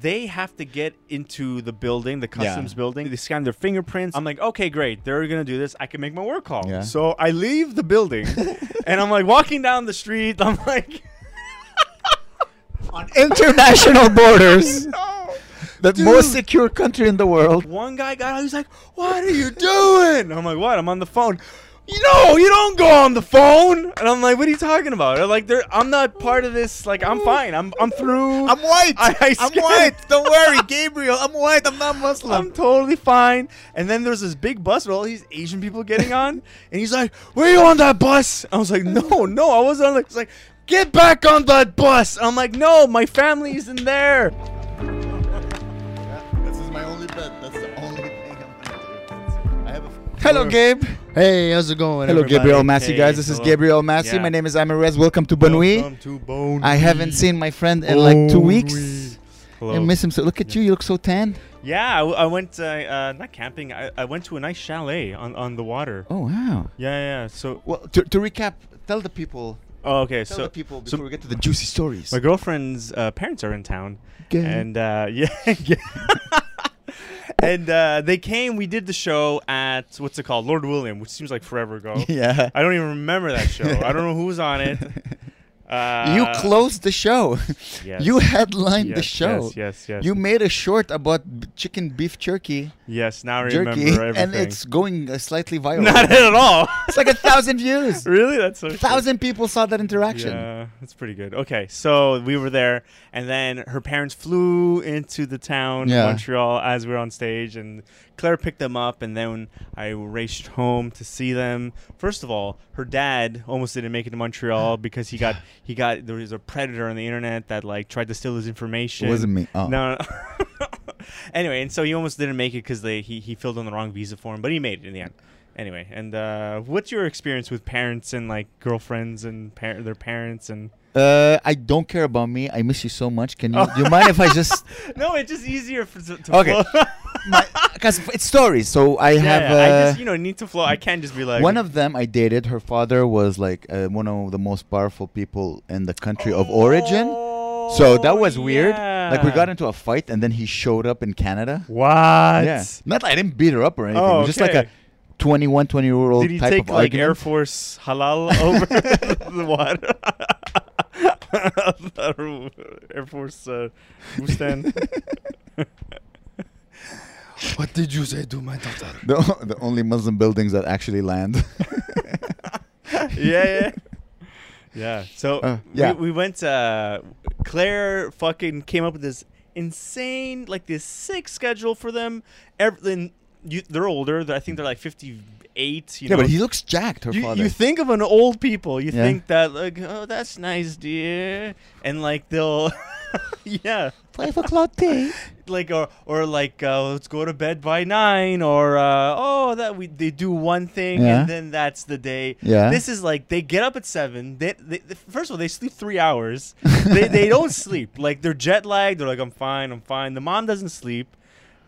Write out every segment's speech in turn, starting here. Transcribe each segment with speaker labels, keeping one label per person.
Speaker 1: They have to get into the building, the
Speaker 2: Yeah.
Speaker 1: customs building. They scan their fingerprints. I'm like, okay, great. They're gonna do this. I can make my work call.
Speaker 2: Yeah.
Speaker 1: So I leave the building, and I'm like walking down the street. I'm like,
Speaker 2: on international borders,
Speaker 1: no.
Speaker 2: the
Speaker 1: Dude.
Speaker 2: most secure country in the world.
Speaker 1: One guy got out. He's like, "What are you doing?" I'm like, "What? I'm on the phone." You know, you don't go on the phone. And I'm like, "What are you talking about?" They're like, "They're- I'm not part of this. Like, I'm fine. I'm I'm through.
Speaker 2: I'm white.
Speaker 1: I- I
Speaker 2: am
Speaker 1: skipped.
Speaker 2: white. Don't worry, Gabriel. I'm white. I'm not Muslim.
Speaker 1: I'm totally fine." And then there's this big bus with all these Asian people getting on, and he's like, "Were you on that bus?" I was like, "No, no, I wasn't." On the-" He's like, "Get back on that bus." I'm like, "No, my family isn't there."
Speaker 2: This is my only bet. That's the only thing I'm gonna do. I have a Hello, Gabe.
Speaker 3: Hey, how's it going?
Speaker 2: Hello,
Speaker 3: everybody?
Speaker 2: Gabriel Massey,
Speaker 1: Hey,
Speaker 2: guys. This is
Speaker 1: hello.
Speaker 2: Gabriel Massey.
Speaker 1: Yeah.
Speaker 2: My name is Amirez. Welcome to Bonui.
Speaker 1: Welcome Oh, to Bonui.
Speaker 2: I haven't seen my friend in like two weeks.
Speaker 1: Hello.
Speaker 2: I miss him so. Look at you. You look so tan.
Speaker 1: Yeah, I, w- I went uh, uh, not camping. I, I went to a nice chalet on, on the water.
Speaker 2: Oh wow.
Speaker 1: Yeah, yeah. So
Speaker 2: Well, to, to recap, tell the people.
Speaker 1: oh, okay,
Speaker 2: Tell
Speaker 1: so
Speaker 2: the people
Speaker 1: so-
Speaker 2: before we get to the juicy stories.
Speaker 1: my girlfriend's uh, parents are in town,
Speaker 2: Gay.
Speaker 1: and uh, yeah, yeah. and uh, they came. We did the show at what's it called, Lord William, which seems like forever ago.
Speaker 2: yeah.
Speaker 1: I don't even remember that show. I don't know who was on it. Uh,
Speaker 2: you closed the show.
Speaker 1: Yes.
Speaker 2: You headlined the
Speaker 1: Yes,
Speaker 2: show.
Speaker 1: Yes, yes, yes.
Speaker 2: You made a short about b- chicken beef jerky,
Speaker 1: yes. Now I remember
Speaker 2: jerky,
Speaker 1: everything.
Speaker 2: and it's going uh, slightly viral.
Speaker 1: not it at all.
Speaker 2: it's like a thousand views.
Speaker 1: really, that's so. shit.
Speaker 2: thousand people saw that interaction.
Speaker 1: Yeah, that's pretty good. Okay, so we were there, and then her parents flew into the town
Speaker 2: Yeah.
Speaker 1: of Montreal as we were on stage, and Claire picked them up, and then I raced home to see them. First of all, her dad almost didn't make it to Montreal because he got he got there was a predator on the internet that like tried to steal his information.
Speaker 2: wasn't me. Oh.
Speaker 1: No. no. anyway, and so he almost didn't make it because they he he filled in the wrong visa form, but he made it in the end. Anyway, and uh, what's your experience with parents and like girlfriends and par- their parents and?
Speaker 2: Uh, I don't care about me. I miss you so much. Can you? Do you mind if I just?
Speaker 1: No, it's just easier for, to, to
Speaker 2: Okay.
Speaker 1: flow.
Speaker 2: Because it's stories. So I
Speaker 1: yeah,
Speaker 2: have.
Speaker 1: yeah, I
Speaker 2: uh,
Speaker 1: just you know need to flow. I can't just be like
Speaker 2: one of them I dated. Her father was like uh, one of the most powerful people in the country of origin. So
Speaker 1: Oh,
Speaker 2: that was weird. Like we got into a fight, and then he showed up in Canada.
Speaker 1: what?
Speaker 2: Yeah. Not I didn't beat her up or anything.
Speaker 1: Oh,
Speaker 2: It was just like a
Speaker 1: okay.
Speaker 2: 21, 20 year old
Speaker 1: Did he
Speaker 2: type
Speaker 1: take
Speaker 2: of
Speaker 1: like
Speaker 2: argument.
Speaker 1: Air Force halal over the water? Air Force uh, Mustang.
Speaker 3: What did you say to my daughter?
Speaker 2: the, o- the only Muslim buildings that actually land.
Speaker 1: yeah, yeah. Yeah. So
Speaker 2: Uh, yeah.
Speaker 1: We, we went. Uh, Claire fucking came up with this insane, like this sick schedule for them. Everything. You, they're older. They're, I think they're like fifty-eight. You
Speaker 2: yeah,
Speaker 1: know.
Speaker 2: but he looks jacked. Her
Speaker 1: you,
Speaker 2: father.
Speaker 1: you think of an old people. You
Speaker 2: Yeah.
Speaker 1: think that like, oh, that's nice, dear, and like they'll, yeah,
Speaker 2: five o'clock tea.
Speaker 1: like or or like uh, let's go to bed by nine or uh, oh that we they do one thing
Speaker 2: Yeah.
Speaker 1: and then that's the day.
Speaker 2: Yeah.
Speaker 1: This is like they get up at seven. They, they, they- first of all they sleep three hours. they they don't sleep. Like they're jet lagged. They're like I'm fine. I'm fine. The mom doesn't sleep.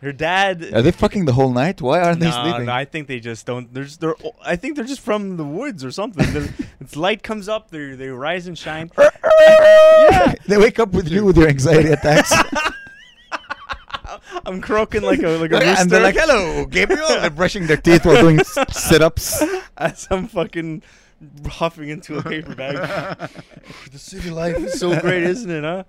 Speaker 1: Her dad.
Speaker 2: Are they fucking the whole night? Why aren't they
Speaker 1: Nah,
Speaker 2: sleeping?
Speaker 1: nah, I think they just don't. They're just, they're. I think they're just from the woods or something. They're- it's light comes up. They they rise and shine. yeah,
Speaker 2: they wake up with you with your anxiety attacks.
Speaker 1: I'm croaking like a like a rooster.
Speaker 2: and they're like, hello, Gabriel. they're brushing their teeth while doing s- sit ups.
Speaker 1: as I'm fucking huffing into a paper bag.
Speaker 3: The city life
Speaker 1: It's
Speaker 3: is
Speaker 1: so great, isn't it, huh?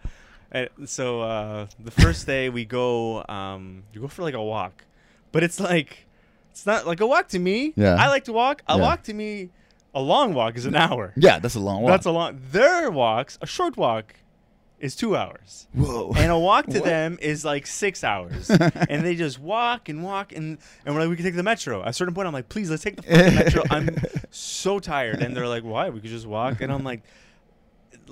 Speaker 1: And so uh, the first day we go, um, you go for like a walk, but it's like it's not like a walk to me.
Speaker 2: Yeah.
Speaker 1: I like to walk. A
Speaker 2: Yeah.
Speaker 1: walk to me, a long walk is an hour.
Speaker 2: Yeah, that's a long walk.
Speaker 1: That's a long. Their walks, a short walk, is two hours.
Speaker 2: Whoa.
Speaker 1: And a walk to
Speaker 2: What?
Speaker 1: them is like six hours, and they just walk and walk and and we're like, we can take the metro. At a certain point, I'm like, please, let's take the fucking metro. I'm so tired, and they're like, why? We could just walk, and I'm like.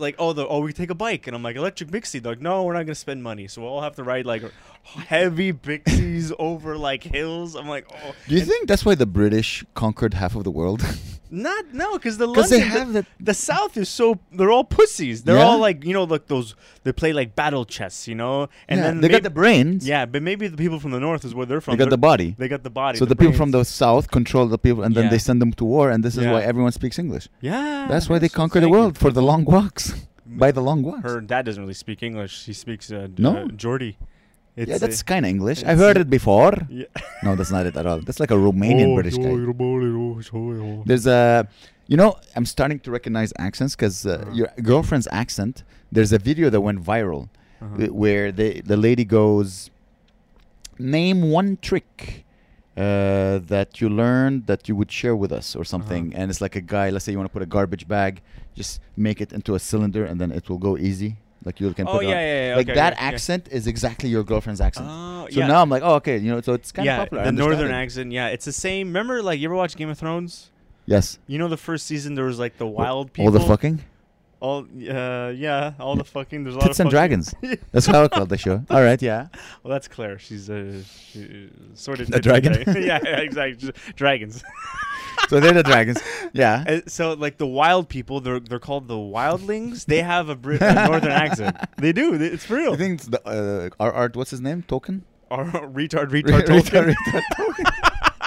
Speaker 1: Like oh the oh we could take a bike and I'm like electric Bixie They're like no we're not gonna spend money so we'll all have to ride like heavy Bixies over like hills I'm like oh
Speaker 2: Do you think that's why the British conquered half of the world?
Speaker 1: Not no, because the
Speaker 2: 'Cause they
Speaker 1: London-
Speaker 2: have
Speaker 1: the,
Speaker 2: that-
Speaker 1: the South is so they're all pussies. They're
Speaker 2: Yeah?
Speaker 1: all like you know like those they play like battle chess, you know, and
Speaker 2: Yeah,
Speaker 1: then
Speaker 2: they
Speaker 1: maybe,
Speaker 2: got the brains.
Speaker 1: yeah, but maybe the people from the North is where they're from.
Speaker 2: They got
Speaker 1: They're-
Speaker 2: the body.
Speaker 1: They got the body.
Speaker 2: So the, people from
Speaker 1: brains.
Speaker 2: the south control the people, and then
Speaker 1: Yeah.
Speaker 2: they send them to war, and this is
Speaker 1: Yeah.
Speaker 2: why everyone speaks English.
Speaker 1: yeah,
Speaker 2: That's why they
Speaker 1: so
Speaker 2: conquer the
Speaker 1: thank you. Mm.
Speaker 2: world for the long walks. By the long walks.
Speaker 1: Her dad doesn't really speak English. He speaks uh, d-
Speaker 2: No?
Speaker 1: uh, Geordie. It's
Speaker 2: yeah,
Speaker 1: a-
Speaker 2: that's kind of English.
Speaker 1: it's
Speaker 2: I've heard
Speaker 1: a-
Speaker 2: it before.
Speaker 1: yeah. Oh,
Speaker 2: No, that's not it at all. That's like a Romanian British guy. There's a, you know, I'm starting to recognize accents because uh,
Speaker 1: Uh-huh.
Speaker 2: your girlfriend's accent. There's a video that went viral
Speaker 1: Uh-huh.
Speaker 2: wh- where the the lady goes, name one trick. Uh, that you learned that you would share with us or something
Speaker 1: Uh-huh.
Speaker 2: and it's like a guy let's say you want to put a garbage bag just make it into a cylinder and then it will go easy like you can
Speaker 1: Oh,
Speaker 2: put it on.
Speaker 1: yeah, yeah, yeah,
Speaker 2: like
Speaker 1: okay,
Speaker 2: that
Speaker 1: yeah, yeah.
Speaker 2: accent is exactly your girlfriend's accent
Speaker 1: Oh,
Speaker 2: so
Speaker 1: yeah.
Speaker 2: now i'm like oh okay you know so it's kind of
Speaker 1: yeah,
Speaker 2: popular I
Speaker 1: the
Speaker 2: understand
Speaker 1: northern
Speaker 2: it.
Speaker 1: accent. Yeah, it's the same. Remember, like you ever watch Game of Thrones?
Speaker 2: yes
Speaker 1: You know, the first season there was like the
Speaker 2: Wha-
Speaker 1: wild people.
Speaker 2: All the fucking?
Speaker 1: All uh, yeah, all the fucking. There's a lot
Speaker 2: Tits
Speaker 1: of
Speaker 2: and
Speaker 1: fucking-
Speaker 2: Dragons. That's how I called the show. All right, yeah.
Speaker 1: Well, that's Claire. She's a she, uh, sort of
Speaker 2: A dragon?
Speaker 1: yeah, yeah, exactly. Dragons.
Speaker 2: So they're the dragons. Yeah.
Speaker 1: Uh, so like the wild people, they're they're called the wildlings. They have a, Brit- a northern accent. They do. They- It's for real.
Speaker 2: I think it's the, uh, our art, what's his name? Token?
Speaker 1: Or retard, retard,
Speaker 2: Re-
Speaker 1: Tolkien.
Speaker 2: retard, retard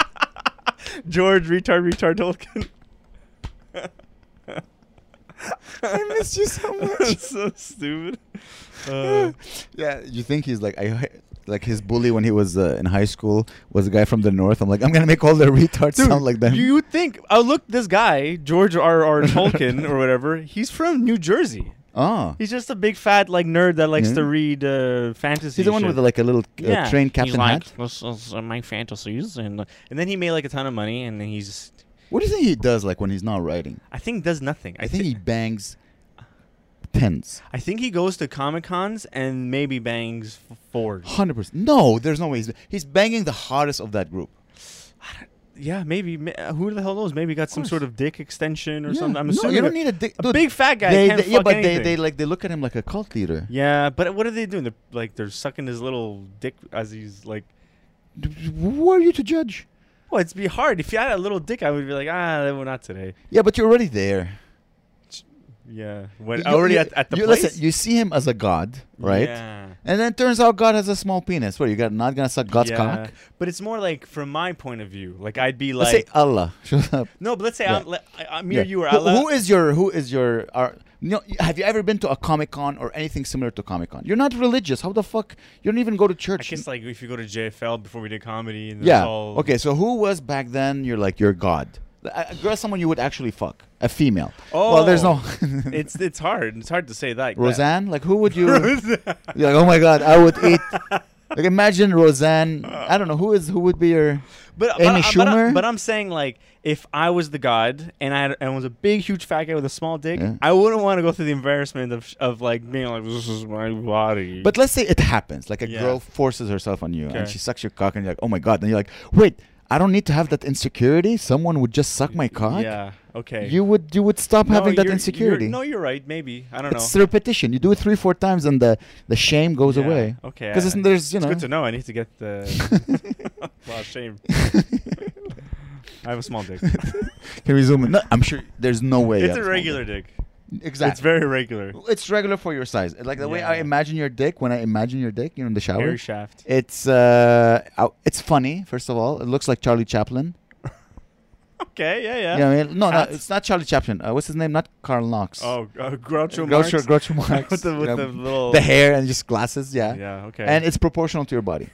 Speaker 1: George, retard, retard, Tolkien.
Speaker 2: I miss you so much.
Speaker 1: That's so stupid. Uh,
Speaker 2: yeah, you think he's like, I, like his bully when he was uh, in high school was a guy from the north. I'm like, I'm going to make all the retards sound like them.
Speaker 1: You would think? Oh, look, this guy, George R. R. Tolkien or whatever. He's from New Jersey.
Speaker 2: oh.
Speaker 1: He's just a big fat like nerd that likes
Speaker 2: Yeah.
Speaker 1: to read uh, fantasy.
Speaker 2: Hmm? He's the one
Speaker 1: shit.
Speaker 2: with like a little uh, train captain
Speaker 1: he's like,
Speaker 2: hat.
Speaker 1: This is uh, my fantasies, and uh, and then he made like a ton of money, and then he's just,
Speaker 2: What do you think he does like when he's not writing?
Speaker 1: I think does nothing.
Speaker 2: I think
Speaker 1: thi-
Speaker 2: he bangs pens.
Speaker 1: I think he goes to comic cons and maybe bangs f- Ford.
Speaker 2: Hundred percent. No, there's no way he's he's banging the hottest of that group.
Speaker 1: Yeah, maybe. ma- uh, Who the hell knows? Maybe he got some
Speaker 2: course.
Speaker 1: sort of dick extension or
Speaker 2: Yeah.
Speaker 1: something. I'm
Speaker 2: no,
Speaker 1: assuming
Speaker 2: you don't
Speaker 1: that-
Speaker 2: need a, dick,
Speaker 1: a
Speaker 2: dude,
Speaker 1: big fat guy
Speaker 2: They,
Speaker 1: can't
Speaker 2: they- yeah,
Speaker 1: fuck
Speaker 2: but they,
Speaker 1: anything.
Speaker 2: they like they look at him like a cult leader.
Speaker 1: Yeah, but what are they doing? They're, like they're sucking his little dick as he's like.
Speaker 2: D- Who are you to judge?
Speaker 1: Well, it'd be hard. If you had a little dick, I would be like, ah, well, not today.
Speaker 2: Yeah, but you're already there.
Speaker 1: Yeah, when,
Speaker 2: You-
Speaker 1: already
Speaker 2: you-
Speaker 1: at, at the
Speaker 2: you,
Speaker 1: place.
Speaker 2: Listen, you see him as a god, right?
Speaker 1: Yeah.
Speaker 2: And then it turns out God has a small penis. What you got? Not gonna suck God's
Speaker 1: Yeah.
Speaker 2: cock?
Speaker 1: But it's more like from my point of view. Like I'd be
Speaker 2: Let's
Speaker 1: like,
Speaker 2: say Allah. Shut up.
Speaker 1: no, but let's say
Speaker 2: Yeah.
Speaker 1: I'm, let, I, I'm
Speaker 2: Yeah.
Speaker 1: here. You were
Speaker 2: Who-
Speaker 1: out.
Speaker 2: who is your who is your are, you know, have you ever been to a comic con or anything similar to comic con? You're not religious. How the fuck? You don't even go to
Speaker 1: I
Speaker 2: church.
Speaker 1: guess like if you go to JFL before we did comedy and
Speaker 2: Yeah.
Speaker 1: that's all.
Speaker 2: Okay. So who was back then? You're like your god. A a girl, someone you would actually fuck, a female.
Speaker 1: Oh.
Speaker 2: Well, there's no.
Speaker 1: it's it's hard. It's hard to say that.
Speaker 2: Roseanne. Like who would you? You're
Speaker 1: Roseanne.
Speaker 2: like, oh my god, I would eat. Like imagine Roseanne. I don't know who is who would be your.
Speaker 1: But, but,
Speaker 2: Amy
Speaker 1: but, I-
Speaker 2: Schumer?
Speaker 1: but I'm saying like if I was the god and I had, and was a big huge fat guy with a small dick,
Speaker 2: Yeah.
Speaker 1: I wouldn't want to go through the embarrassment of of like being like this is my body.
Speaker 2: But let's say it happens. Like a
Speaker 1: Yeah.
Speaker 2: girl forces herself on you, and
Speaker 1: Okay.
Speaker 2: she sucks your cock, and you're like, oh my god. And you're like, wait, I don't need to have that insecurity. Someone would just suck my cock.
Speaker 1: yeah, okay.
Speaker 2: You would you would stop
Speaker 1: No,
Speaker 2: having that
Speaker 1: you're- you're-
Speaker 2: insecurity.
Speaker 1: no, you're right. Maybe I don't know.
Speaker 2: it's repetition. You do it three, four times, and the, the shame goes
Speaker 1: Yeah,
Speaker 2: away.
Speaker 1: Okay.
Speaker 2: Because
Speaker 1: I-
Speaker 2: it's- there's you
Speaker 1: It's
Speaker 2: know.
Speaker 1: good to know. I need to get the. wow, shame. I have a small dick.
Speaker 2: Can we zoom in? No, I'm sure there's no way. you
Speaker 1: it's
Speaker 2: have
Speaker 1: a
Speaker 2: small
Speaker 1: regular dick.
Speaker 2: Exactly.
Speaker 1: It's very regular.
Speaker 2: It's regular for your size. Like the way I
Speaker 1: Yeah.
Speaker 2: imagine your dick when I imagine your dick, you know, in the shower.
Speaker 1: Hairy shaft.
Speaker 2: It's uh, out- it's funny. First of all, it looks like Charlie Chaplin.
Speaker 1: Okay. Yeah. Yeah.
Speaker 2: You know what I mean? No, no,
Speaker 1: Hats.
Speaker 2: it's not Charlie Chaplin. Uh, what's his name? Not Karl Knox.
Speaker 1: Oh, uh, Groucho Marx.
Speaker 2: Groucho, Groucho Marx.
Speaker 1: with the with
Speaker 2: Yeah,
Speaker 1: the little.
Speaker 2: the hair and just glasses. Yeah.
Speaker 1: Yeah. Okay.
Speaker 2: And it's proportional to your body.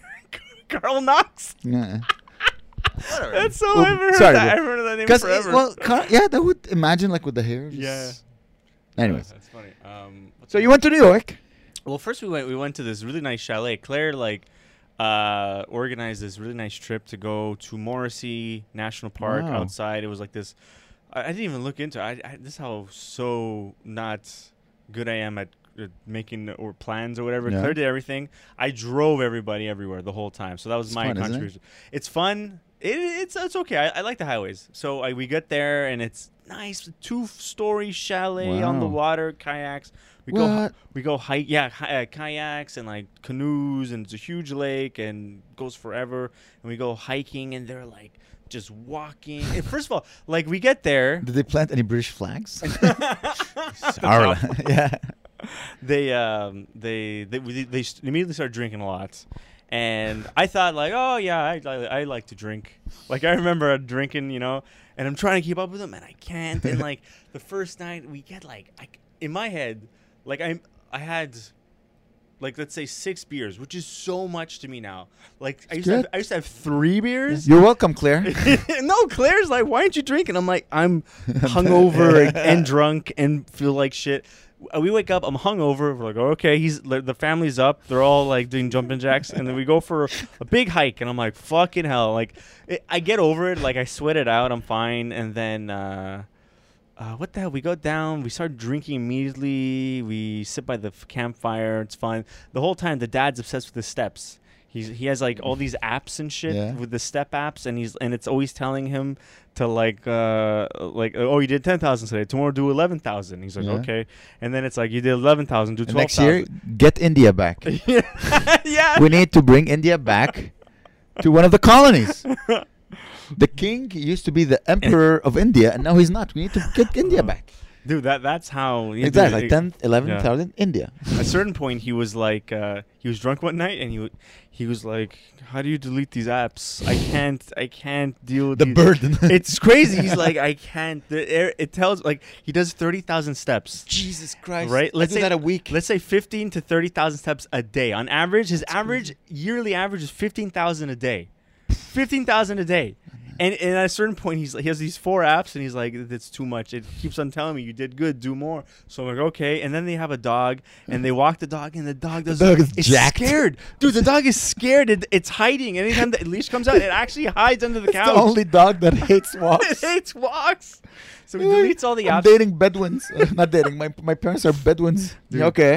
Speaker 1: Carl Knox.
Speaker 2: Yeah.
Speaker 1: That's so.
Speaker 2: Oop,
Speaker 1: I haven't heard
Speaker 2: sorry,
Speaker 1: that. I haven't
Speaker 2: bro.
Speaker 1: heard that name
Speaker 2: Because
Speaker 1: forever.
Speaker 2: well, Karl, yeah, that would imagine like with the hair. just-
Speaker 1: Yeah.
Speaker 2: Anyways,
Speaker 1: That's funny. Um,
Speaker 2: so you went to New York.
Speaker 1: Well, first we went we went to this really nice chalet. Claire like uh, organized this really nice trip to go to Morrissey National Park
Speaker 2: Wow.
Speaker 1: outside. It was like this. I, I didn't even look into. it. I, I this is how so not good I am at. uh, Making or plans or whatever.
Speaker 2: Yeah.
Speaker 1: Claire did everything. I drove everybody everywhere the whole time, so that was
Speaker 2: It's
Speaker 1: my
Speaker 2: fun, isn't it?
Speaker 1: contribution. It's fun. It, it's it's okay. I, I like the highways. So I, we get there and it's nice, two story chalet on the
Speaker 2: Wow.
Speaker 1: water, kayaks. We go
Speaker 2: What?
Speaker 1: we go hike, yeah, hi- uh, kayaks and like canoes, and it's a huge lake and goes forever. And we go hiking, and they're like just walking. And first of all, like we get there,
Speaker 2: Did they plant any British flags? Ireland. yeah.
Speaker 1: they um they they we- they s- immediately start drinking a lot, and I thought like, oh yeah, I, I I like to drink. Like I remember drinking, you know, and I'm trying to keep up with them, and I can't. And like the first night, we get like I, in my head, like I I had like let's say six beers, which is so much to me now. Like I
Speaker 2: It's
Speaker 1: used to have,
Speaker 2: good.
Speaker 1: I used to have three beers.
Speaker 2: You're welcome, Claire.
Speaker 1: no, Claire's like, why aren't you drinking? I'm like, I'm hungover and drunk and feel like shit. Uh, We wake up, I'm hungover. We're like, oh, okay, he's like, the family's up. They're all like doing jumping jacks, and then we go for a big hike, and I'm like, fucking hell, like, it, I get over it. Like I sweat it out, I'm fine, and then. uh uh, what the hell? We go down. We start drinking immediately. We sit by the f- campfire. It's fun. The whole time, the dad's obsessed with the steps. He's he has like all these apps and shit
Speaker 2: Yeah.
Speaker 1: with the step apps, and he's and it's always telling him to like uh like oh you did ten thousand today. Tomorrow do eleven thousand. He's like
Speaker 2: Yeah.
Speaker 1: okay, and then it's like you did eleven thousand. Do
Speaker 2: And
Speaker 1: twelve
Speaker 2: next year,
Speaker 1: thousand.
Speaker 2: get India back.
Speaker 1: yeah.
Speaker 2: we need to bring India back to one of the colonies. The king used to be the emperor of India, and now he's not. We need to get India back.
Speaker 1: Dude, that that's how you do
Speaker 2: Exactly,
Speaker 1: it.
Speaker 2: like 10, 11,000 India.
Speaker 1: At a certain point he was like uh, he was drunk one night and he w- he was like how do you delete these apps i can't i can't deal with
Speaker 2: The
Speaker 1: these."
Speaker 2: burden.
Speaker 1: it's crazy he's like i can't The air- it tells like he does 30,000 steps
Speaker 2: Jesus Christ!
Speaker 1: Right?
Speaker 2: I
Speaker 1: Let's
Speaker 2: do
Speaker 1: say-
Speaker 2: that a week.
Speaker 1: let's say 15 to 30,000 steps a day on average his average yearly average is 15,000 a day 15,000 a day and, and at a certain point he's he has these four apps and he's like that's too much it keeps on telling me you did good do more so I'm like okay and then they have a dog and they walk the dog and the dog does
Speaker 2: dog is
Speaker 1: it's
Speaker 2: jacked.
Speaker 1: scared dude the dog is scared it, it's hiding anytime the leash comes out it actually hides under the
Speaker 2: It's
Speaker 1: couch
Speaker 2: the only dog that hates
Speaker 1: it
Speaker 2: walks.
Speaker 1: hates walks so he
Speaker 2: Like,
Speaker 1: deletes all the
Speaker 2: I'm
Speaker 1: apps
Speaker 2: dating Bedouins. Uh, not dating. My my parents are Bedouins.
Speaker 1: Dude.
Speaker 2: Okay.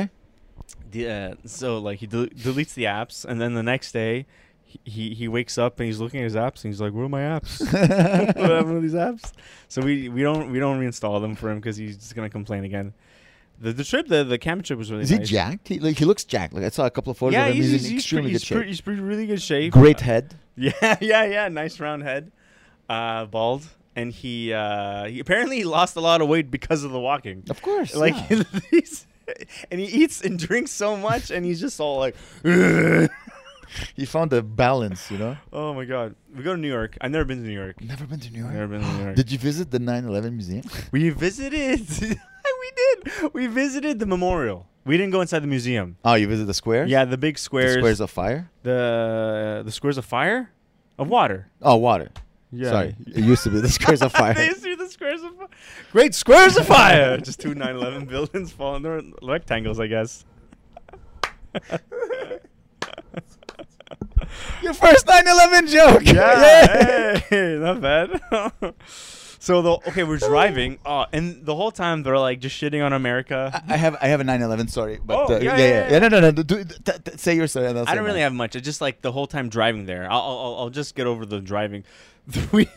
Speaker 1: The, uh, so like he del- deletes the apps, and then the next day, he- he he wakes up and he's looking at his apps, and he's like, "Where are my apps? what happened to these apps?" So we we don't we don't reinstall them for him because he's just gonna complain again. The the trip the the camp trip was really
Speaker 2: Is he
Speaker 1: nice.
Speaker 2: jacked? He, like, he looks jacked. Like I saw a couple of photos
Speaker 1: Yeah,
Speaker 2: of him.
Speaker 1: he's,
Speaker 2: He's,
Speaker 1: he's,
Speaker 2: in
Speaker 1: he's, pretty,
Speaker 2: extremely
Speaker 1: he's,
Speaker 2: good shape.
Speaker 1: pretty, he's pretty really good shape.
Speaker 2: Great
Speaker 1: Uh,
Speaker 2: head.
Speaker 1: yeah, yeah, yeah. Nice round head, uh, bald, and he uh he apparently he lost a lot of weight because of the walking.
Speaker 2: Of course.
Speaker 1: Like
Speaker 2: yeah.
Speaker 1: he's, and he eats and drinks so much, and he's just all like.
Speaker 2: he found a balance. You know.
Speaker 1: Oh my god. We go to New York. I've never been to New York.
Speaker 2: Never been to New York.
Speaker 1: Never been to New York.
Speaker 2: Did you visit the 9/11 museum?
Speaker 1: We visited we did. We visited the memorial. We didn't go inside the museum.
Speaker 2: Oh, you visited the squares.
Speaker 1: Yeah, the big
Speaker 2: The
Speaker 1: squares. The
Speaker 2: squares of fire.
Speaker 1: the, squares of fire? Of water.
Speaker 2: Oh, water.
Speaker 1: Yeah.
Speaker 2: Sorry, it used to be the squares of fire.
Speaker 1: they threw the squares of fire. Great squares of fire. Just two 9/11 buildings falling. They're rectangles, I guess.
Speaker 2: Your first 9/11 joke.
Speaker 1: Yeah, hey, not bad. so the okay, we're driving. Oh, and the whole time they're like just shitting on America.
Speaker 2: I- I have I have a 9/11 story, but
Speaker 1: Oh,
Speaker 2: uh,
Speaker 1: yeah,
Speaker 2: yeah,
Speaker 1: yeah,
Speaker 2: yeah,
Speaker 1: yeah.
Speaker 2: no, no, no. Do, do- t- t- say your story. And I'll
Speaker 1: I
Speaker 2: say
Speaker 1: don't
Speaker 2: mine.
Speaker 1: really have much. I just like the whole time driving there. I'll I'll, I'll just get over the driving. We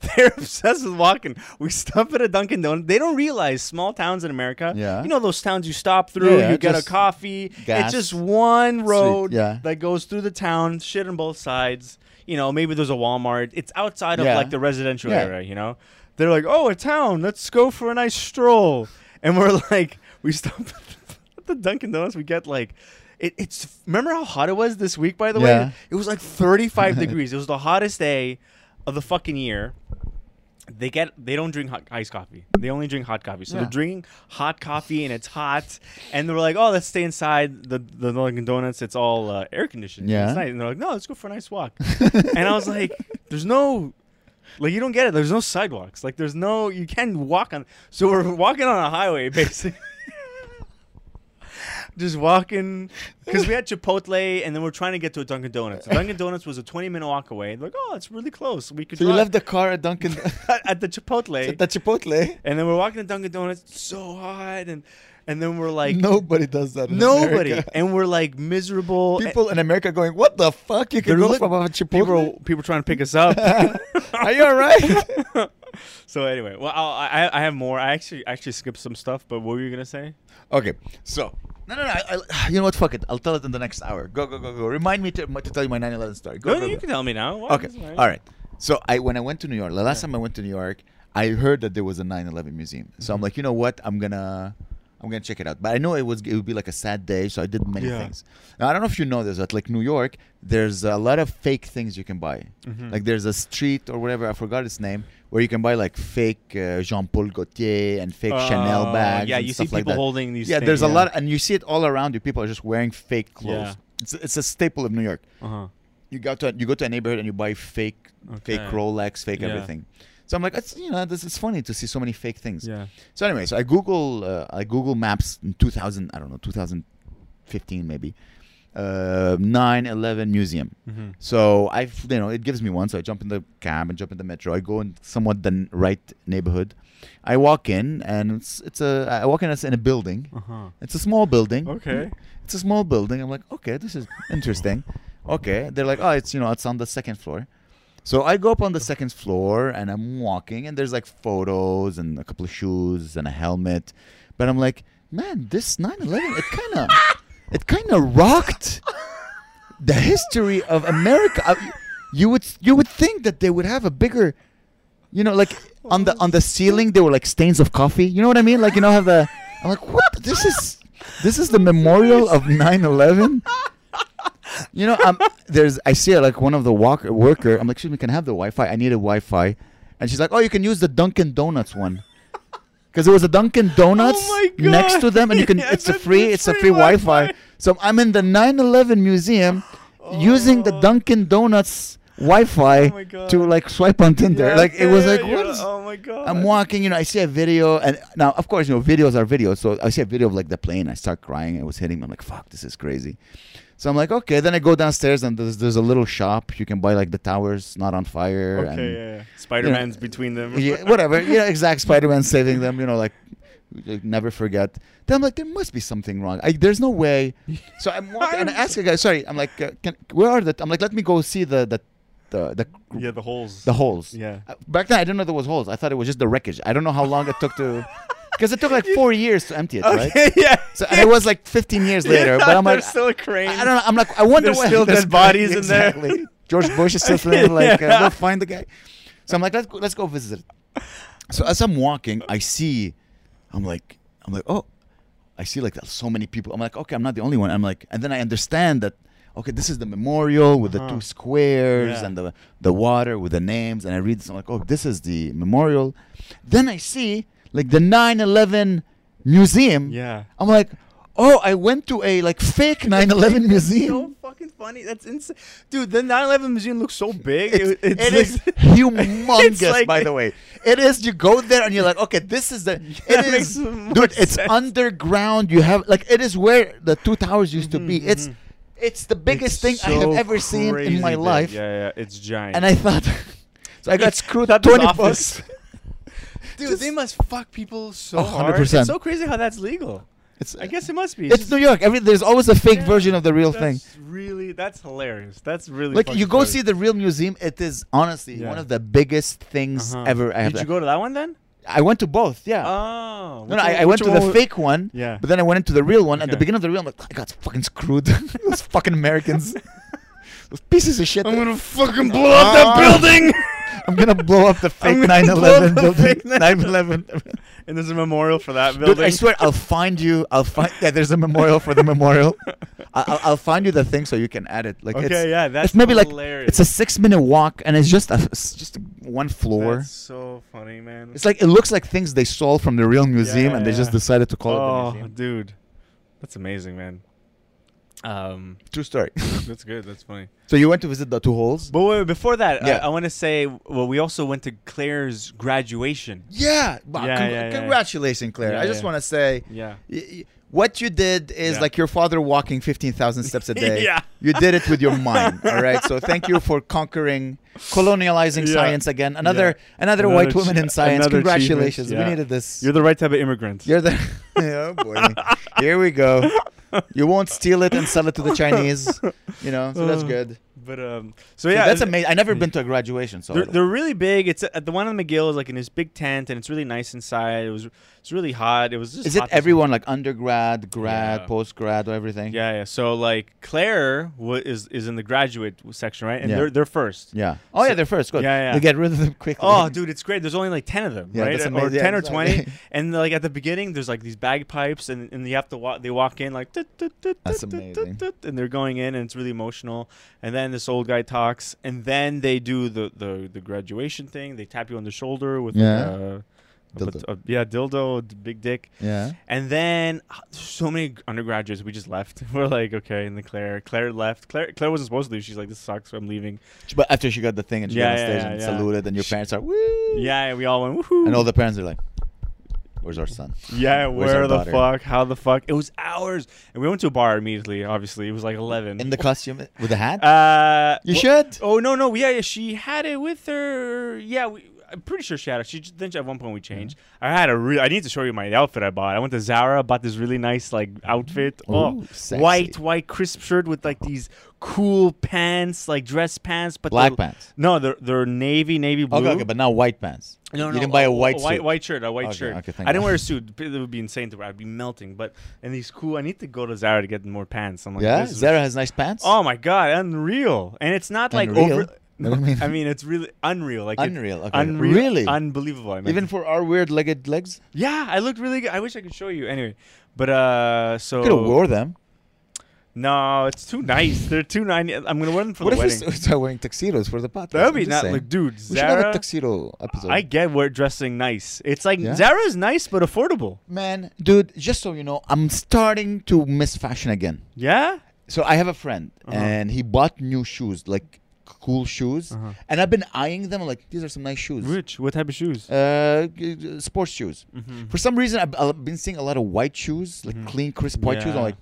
Speaker 1: they're obsessed with walking. We stop at a Dunkin' Donut. They don't realize small towns in America.
Speaker 2: Yeah.
Speaker 1: You know those towns you stop through,
Speaker 2: Yeah,
Speaker 1: you get a
Speaker 2: just
Speaker 1: coffee. It's
Speaker 2: gas,
Speaker 1: just one road
Speaker 2: yeah.
Speaker 1: that goes through the town, shit on both sides. You know, maybe there's a Walmart. It's outside of
Speaker 2: Yeah.
Speaker 1: like the residential
Speaker 2: Yeah.
Speaker 1: area, you know? They're like, Oh, a town, let's go for a nice stroll. And we're like we stop at the Dunkin' Donuts, we get like it, it's remember how hot it was this week by the
Speaker 2: Yeah.
Speaker 1: way it was like 35 degrees it was the hottest day of the fucking year they get they don't drink hot iced coffee they only drink hot coffee so they're
Speaker 2: Yeah.
Speaker 1: drinking hot coffee and it's hot and they're like oh let's stay inside the the Dunkin' Donuts it's all uh, air conditioned
Speaker 2: Yeah.
Speaker 1: it's nice and they're like no let's go for a nice walk and I was like there's no like you don't get it. There's no sidewalks. Like there's no you can't walk on. So we're walking on a highway basically. Just walking because we had Chipotle and then we're trying to get to a Dunkin' Donuts. Dunkin' Donuts was a 20 minute walk away. Like oh, it's really close. We could.
Speaker 2: So you
Speaker 1: drive
Speaker 2: left the car at Dunkin'
Speaker 1: at, at the Chipotle.
Speaker 2: at the Chipotle.
Speaker 1: and then we're walking to Dunkin' Donuts it's so hot and and then we're like
Speaker 2: Nobody does that. In
Speaker 1: nobody
Speaker 2: America.
Speaker 1: and we're like miserable. and
Speaker 2: People in America going, what the fuck? You
Speaker 1: They're
Speaker 2: can go
Speaker 1: lit-
Speaker 2: from a Chipotle.
Speaker 1: people people trying to pick us up.
Speaker 2: Are you alright?
Speaker 1: so anyway, well, I'll, I I have more. I actually actually skipped some stuff, but what were you gonna say?
Speaker 2: okay, so no, no, no. I, I, you know what? Fuck it. I'll tell it in the next hour. Go, go, go, go. Remind me to, to tell you my 9/11 story. Go,
Speaker 1: No,
Speaker 2: go,
Speaker 1: you
Speaker 2: go.
Speaker 1: can tell me now. Why?
Speaker 2: Okay.
Speaker 1: It's fine.
Speaker 2: All right. So I when I went to New York, the
Speaker 1: Mm-hmm.
Speaker 2: last time I went to New York, I heard that there was a 9/11 museum. So I'm like, you know what? I'm gonna I'm gonna check it out. But I know it was it would be like a sad day, so I did many
Speaker 1: Yeah.
Speaker 2: things. Now, I don't know if you know this, but like New York, there's a lot of fake things you can buy.
Speaker 1: Mhm.
Speaker 2: Like there's a street or whatever I forgot its name where you can buy like fake uh, Jean Paul Gaultier and fake Chanel
Speaker 1: Oh,
Speaker 2: bags.
Speaker 1: Yeah,
Speaker 2: and
Speaker 1: you see
Speaker 2: stuff
Speaker 1: people
Speaker 2: like that.
Speaker 1: holding these.
Speaker 2: Yeah,
Speaker 1: things.
Speaker 2: there's a
Speaker 1: Yeah.
Speaker 2: lot, and you see it all around you. People are just wearing fake clothes.
Speaker 1: Yeah.
Speaker 2: It's, it's a staple of New York.
Speaker 1: Uh-huh.
Speaker 2: You go to a, you go to a neighborhood and you buy fake fake
Speaker 1: Okay.
Speaker 2: Rolex, fake
Speaker 1: Yeah.
Speaker 2: everything. So I'm like, it's, you know, this is funny to see so many fake things.
Speaker 1: Yeah.
Speaker 2: So anyway, so I Google uh, I Google Maps in 2000 I don't know 2015 maybe uh, 9/11 museum.
Speaker 1: Mhm.
Speaker 2: So I f- you know it gives me one. So I jump in the cab and jump in the metro. I go in somewhat the n- right neighborhood. I walk in and it's it's a I walk in as in a building.
Speaker 1: Uh-huh.
Speaker 2: It's a small building.
Speaker 1: Okay.
Speaker 2: It's a small building. I'm like, okay, this is interesting. okay. They're like, oh, it's you know, it's on the second floor. So I go up on the second floor and I'm walking and there's like photos and a couple of shoes and a helmet. But I'm like, man, this 9/11, it kind of it kind of rocked the history of America. I- You would you would think that they would have a bigger you know, like on the on the ceiling there were like stains of coffee. You know what I mean? Like you know have the I'm like, what? This is this is the memorial of 9/11. You know, um, there's I see like one of the walk- worker. I'm like, excuse me, can I have the Wi-Fi? I need a Wi-Fi, and she's like, oh, you can use the Dunkin' Donuts one. Because there was a Dunkin' Donuts
Speaker 1: Oh my God.
Speaker 2: next to them, and you can.
Speaker 1: Yeah,
Speaker 2: it's a
Speaker 1: that's
Speaker 2: free.
Speaker 1: the
Speaker 2: It's a
Speaker 1: free
Speaker 2: free Wi-Fi.
Speaker 1: Wi-Fi.
Speaker 2: So I'm in the 9/11 museum, using the
Speaker 1: Oh.
Speaker 2: Dunkin' Donuts Wi-Fi
Speaker 1: Oh my God.
Speaker 2: to like swipe on Tinder.
Speaker 1: Yeah,
Speaker 2: like it was
Speaker 1: yeah,
Speaker 2: like,
Speaker 1: yeah,
Speaker 2: what
Speaker 1: yeah.
Speaker 2: is-
Speaker 1: Oh my god.
Speaker 2: I'm walking, you know, I see a video, and now, of course, you know, videos are videos. So I see a video of like the plane, I start crying, it was hitting me. I'm like, fuck, this is crazy. So I'm like, okay. Then I go downstairs, and there's, there's a little shop. You can buy like the towers not on fire.
Speaker 1: Okay.
Speaker 2: and,
Speaker 1: yeah, yeah. Spider Man's between them.
Speaker 2: yeah, whatever. Yeah, exact Spider Man saving them, you know, like, like, never forget. Then I'm like, there must be something wrong. I, there's no way. So I'm walking and I ask a guy, sorry, I'm like, uh, can, where are the. I'm like, let me go see the the the, the,
Speaker 1: Yeah, the holes.
Speaker 2: the holes.
Speaker 1: Yeah.
Speaker 2: Uh, Back then, I didn't know there was holes. I thought it was just the wreckage. I don't know how long it took to. Because it took like four years to empty it, right?
Speaker 1: Okay. Yeah.
Speaker 2: So and it was like 15 years later, but I'm like,
Speaker 1: there's still a crane.
Speaker 2: I don't know. I'm like, I wonder
Speaker 1: There's
Speaker 2: why
Speaker 1: still
Speaker 2: there's
Speaker 1: dead bodies in there.
Speaker 2: Exactly. George Bush is still there, like, uh,
Speaker 1: Yeah.
Speaker 2: we'll find the guy. So I'm like, let's go, let's go visit. it. So as I'm walking, I see, I'm like, I'm like, oh, I see like there's so many people. I'm like, okay, I'm not the only one. I'm like, and then I understand that, okay, this is the memorial with the
Speaker 1: Uh-huh.
Speaker 2: two squares
Speaker 1: Yeah.
Speaker 2: and the the water with the names. And I read this, I'm like, oh, this is the memorial. Then I see like the 9/11 museum.
Speaker 1: Yeah.
Speaker 2: I'm like, oh, I went to a like fake 9/11
Speaker 1: So
Speaker 2: museum.
Speaker 1: fucking funny. That's insane, dude. The 9/11 museum looks so big.
Speaker 2: It's,
Speaker 1: It, it's
Speaker 2: it
Speaker 1: like-
Speaker 2: is humongous,
Speaker 1: It's like-
Speaker 2: by the way. It is. You go there and you're like, okay, this is the.
Speaker 1: That
Speaker 2: it is,
Speaker 1: makes more
Speaker 2: dude. It's
Speaker 1: sense.
Speaker 2: underground. You have like it is where the two towers used to be. It's it's the biggest
Speaker 1: Mm-hmm, It's
Speaker 2: thing I
Speaker 1: so
Speaker 2: have ever seen in
Speaker 1: crazy
Speaker 2: my
Speaker 1: big.
Speaker 2: life.
Speaker 1: Yeah, yeah, it's giant.
Speaker 2: And I thought, so I got
Speaker 1: It's-
Speaker 2: screwed
Speaker 1: that was
Speaker 2: twenty
Speaker 1: office.
Speaker 2: bucks.
Speaker 1: dude,
Speaker 2: Just-
Speaker 1: they must fuck people so
Speaker 2: A hundred
Speaker 1: hard.
Speaker 2: percent.
Speaker 1: It's so crazy how that's legal.
Speaker 2: It's,
Speaker 1: I guess it must be.
Speaker 2: it's New York. Every there's always a fake
Speaker 1: Yeah,
Speaker 2: version of the real thing.
Speaker 1: that's Really, that's hilarious. That's really
Speaker 2: like you
Speaker 1: fucking
Speaker 2: go
Speaker 1: funny.
Speaker 2: see the real museum it is honestly
Speaker 1: Yeah.
Speaker 2: one of the biggest things
Speaker 1: Uh-huh.
Speaker 2: ever I have
Speaker 1: Did you go to that one then?
Speaker 2: I went to both yeah
Speaker 1: Oh,
Speaker 2: no,
Speaker 1: which
Speaker 2: no, I,
Speaker 1: one-
Speaker 2: I went
Speaker 1: which
Speaker 2: to
Speaker 1: one
Speaker 2: the
Speaker 1: wa-
Speaker 2: fake one
Speaker 1: Yeah.
Speaker 2: but then I went into the real one at the
Speaker 1: Okay.
Speaker 2: beginning of the real I'm like I got fucking screwed those fucking Americans those pieces of shit
Speaker 3: I'm gonna fucking blow up
Speaker 2: Ah.
Speaker 1: Ah.
Speaker 3: that building.
Speaker 2: I'm gonna blow up the fake
Speaker 1: gonna
Speaker 2: 9/11
Speaker 1: blow up the
Speaker 2: building
Speaker 1: fake
Speaker 2: 9/11
Speaker 1: and there's a memorial for that building.
Speaker 2: Dude, I swear I'll find you I'll find yeah there's a memorial for the memorial I- I'll, I'll find you the thing so you can add it like it's,
Speaker 1: Okay, yeah, that's
Speaker 2: it's maybe like
Speaker 1: hilarious.
Speaker 2: it's a six minute walk and it's just a, it's just one floor
Speaker 1: That's so funny, man.
Speaker 2: It's like it looks like things they stole from the real museum and they just
Speaker 1: yeah.
Speaker 2: decided to call it
Speaker 1: oh,
Speaker 2: the museum.
Speaker 1: dude, that's amazing, man. Um,
Speaker 2: True story.
Speaker 1: that's good. That's funny.
Speaker 2: so you went to visit the two holes?
Speaker 1: But wait, before that, I-
Speaker 2: Yeah.
Speaker 1: I, want to say, well, we also went to Claire's graduation.
Speaker 2: Yeah. Wow,
Speaker 1: Yeah,
Speaker 2: con-
Speaker 1: yeah, yeah.
Speaker 2: Congratulations, Claire.
Speaker 1: Yeah,
Speaker 2: I just
Speaker 1: yeah.
Speaker 2: want to say
Speaker 1: Yeah.
Speaker 2: y- y- what you did is
Speaker 1: Yeah.
Speaker 2: like your father walking 15,000 steps a day.
Speaker 1: Yeah.
Speaker 2: You did it with your mind, all right? So thank you for conquering colonializing
Speaker 1: Yeah.
Speaker 2: science again. Another another,
Speaker 1: Another
Speaker 2: white
Speaker 1: ch-
Speaker 2: woman in science.
Speaker 1: another achievement,
Speaker 2: Congratulations. We
Speaker 1: yeah.
Speaker 2: needed this.
Speaker 1: You're the right type of immigrant.
Speaker 2: You're the oh boy. Here we go. You won't steal it and sell it to the Chinese. You know, so that's
Speaker 1: Uh.
Speaker 2: good.
Speaker 1: But um, so
Speaker 2: So
Speaker 1: yeah,
Speaker 2: that's
Speaker 1: and- Hmm.
Speaker 2: amazing. I never been to a graduation, so I
Speaker 1: They're,
Speaker 2: don't-
Speaker 1: they're really big. It's at the one in McGill is like in this big tent, and it's really nice inside. It was it's really hot. It was just
Speaker 2: is it
Speaker 1: hot this-
Speaker 2: everyone like undergrad, grad,
Speaker 1: Yeah.
Speaker 2: post grad, or everything?
Speaker 1: Yeah, yeah. So like Claire wa is is in the graduate section, right? And
Speaker 2: Yeah.
Speaker 1: they're they're first.
Speaker 2: Yeah. Oh yeah, they're first. Good.
Speaker 1: Yeah, yeah.
Speaker 2: They get rid of them quickly.
Speaker 1: Oh, dude, it's great. There's only like ten of them,
Speaker 2: Yeah,
Speaker 1: right?
Speaker 2: that's
Speaker 1: Or
Speaker 2: amazing. Yeah,
Speaker 1: ten or
Speaker 2: exactly.
Speaker 1: twenty. And like at the beginning, there's like these bagpipes, and and you have to walk. They walk in like "Tut, tut, tut,
Speaker 2: That's
Speaker 1: tut, tut,
Speaker 2: amazing.
Speaker 1: tut," and they're going in, and it's really emotional. And then this old guy talks, and then they do the the the graduation thing. They tap you on the shoulder with
Speaker 2: Yeah.
Speaker 1: uh, a
Speaker 2: Dildo.
Speaker 1: bat- a- yeah, dildo, d- big dick.
Speaker 2: Yeah.
Speaker 1: And then uh, so many undergraduates, we just left. We're like, okay, and then Claire, Claire left. Claire, Claire wasn't supposed to leave. She's like, this sucks. I'm leaving.
Speaker 2: But after she got the thing and she
Speaker 1: Yeah,
Speaker 2: got on
Speaker 1: yeah,
Speaker 2: stage
Speaker 1: yeah,
Speaker 2: and
Speaker 1: yeah.
Speaker 2: saluted, and your
Speaker 1: Sh-
Speaker 2: parents are woo,
Speaker 1: Yeah, we all went woohoo.
Speaker 2: and all the parents are like, "Where's our son?"
Speaker 1: Yeah,
Speaker 2: Where's
Speaker 1: where
Speaker 2: our
Speaker 1: the
Speaker 2: daughter?
Speaker 1: fuck? How the fuck? It was hours, and we went to a bar immediately. Obviously, it was like eleven.
Speaker 2: In the costume with the hat.
Speaker 1: uh,
Speaker 2: you
Speaker 1: wh-
Speaker 2: should.
Speaker 1: Oh no, no, yeah, yeah, she had it with her. Yeah, we, I'm pretty sure she had it. She j- then at one point we changed. I had a real. I need to show you my outfit I bought. I went to Zara, bought this really nice like outfit. oh,
Speaker 2: Ooh, sexy.
Speaker 1: white, white crisp shirt with like these cool pants, like dress pants, but
Speaker 2: Black
Speaker 1: they're-
Speaker 2: pants.
Speaker 1: No, they're they're navy, navy blue.
Speaker 2: Okay, okay, but now white pants.
Speaker 1: No,
Speaker 2: you
Speaker 1: no, oh,
Speaker 2: didn't buy a white
Speaker 1: white
Speaker 2: suit.
Speaker 1: white shirt, a white
Speaker 2: Okay,
Speaker 1: shirt.
Speaker 2: okay, thank
Speaker 1: I didn't
Speaker 2: God.
Speaker 1: wear a suit. It would be insane to wear. I'd be melting. But and these cool. I need to go to Zara to get more pants. I'm like,
Speaker 2: yeah,
Speaker 1: this is-
Speaker 2: Zara has nice pants.
Speaker 1: oh my god, unreal. And it's not like
Speaker 2: Unreal?
Speaker 1: over.
Speaker 2: What do you mean?
Speaker 1: I mean, it's really unreal. Like it-
Speaker 2: Unreal, okay.
Speaker 1: unreal,
Speaker 2: Really?
Speaker 1: unbelievable. I mean,
Speaker 2: even for our weird legged legs,
Speaker 1: yeah, I looked really good. I wish I could show you. Anyway, but uh, so
Speaker 2: you could have wore them.
Speaker 1: no, it's too nice. They're too nice. I'm gonna wear them for
Speaker 2: what
Speaker 1: the
Speaker 2: if
Speaker 1: wedding.
Speaker 2: we start wearing tuxedos for the podcast?
Speaker 1: That would
Speaker 2: I'm
Speaker 1: be
Speaker 2: just
Speaker 1: not
Speaker 2: saying.
Speaker 1: like, dude,
Speaker 2: We should have a
Speaker 1: Zara.
Speaker 2: tuxedo episode.
Speaker 1: I get we're dressing nice. It's like
Speaker 2: Yeah?
Speaker 1: Zara's nice but affordable.
Speaker 2: Man, dude, just so you know, I'm starting to miss fashion again.
Speaker 1: Yeah.
Speaker 2: So I have a friend,
Speaker 1: Uh-huh.
Speaker 2: and he bought new shoes, like cool shoes,
Speaker 1: Uh-huh.
Speaker 2: and I've been eyeing them. Like these are some nice shoes,
Speaker 1: Rich, what type of shoes?
Speaker 2: uh, g- g- sports shoes.
Speaker 1: hmm
Speaker 2: For some reason, I've, I've been seeing a lot of white shoes, like
Speaker 1: Mhm.
Speaker 2: clean, crisp white shoes. I'm
Speaker 1: Yeah.
Speaker 2: like,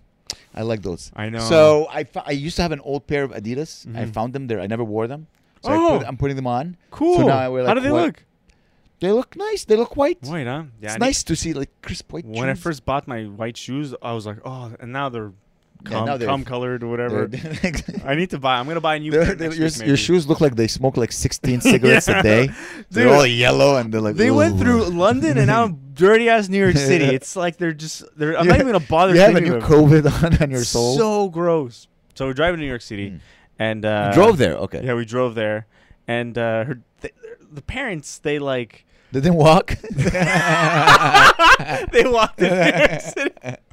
Speaker 2: I like those.
Speaker 1: I know.
Speaker 2: So I, fo- I used to have an old pair of Adidas. I
Speaker 1: Mhm.
Speaker 2: found them there. I never wore them. So I put,
Speaker 1: Oh.
Speaker 2: I'm putting them on.
Speaker 1: Cool.
Speaker 2: So now I wear,
Speaker 1: How
Speaker 2: like,
Speaker 1: do they
Speaker 2: white-
Speaker 1: look?
Speaker 2: They look nice. They look white.
Speaker 1: White, huh? Yeah.
Speaker 2: it's
Speaker 1: I-
Speaker 2: nice to see like crisp white.
Speaker 1: When I
Speaker 2: shoes.
Speaker 1: first bought my white shoes, I was like, oh, and now they're
Speaker 2: Yeah,
Speaker 1: cum,
Speaker 2: now they're-
Speaker 1: cum colored or whatever.
Speaker 2: They're-
Speaker 1: I need to buy. I'm gonna buy a new.
Speaker 2: They're-
Speaker 1: pair
Speaker 2: they're-
Speaker 1: next
Speaker 2: your,
Speaker 1: week,
Speaker 2: your
Speaker 1: maybe.
Speaker 2: shoes look like they smoke like 16 cigarettes a day. They're
Speaker 1: Dude.
Speaker 2: all yellow and they're like.
Speaker 1: They went
Speaker 2: "Ooh."
Speaker 1: through London and now dirty ass New York City. It's like they're just. They're, I'm
Speaker 2: You-
Speaker 1: not even gonna bother.
Speaker 2: You have a
Speaker 1: thinking
Speaker 2: new
Speaker 1: about it.
Speaker 2: COVID on, on your soul.
Speaker 1: So gross. So we're driving to New York City,
Speaker 2: Mm.
Speaker 1: and
Speaker 2: You
Speaker 1: uh,
Speaker 2: drove there. Okay.
Speaker 1: Yeah, we drove there, and uh, her th- the parents they like
Speaker 2: They didn't walk.
Speaker 1: they walked in there. sitting-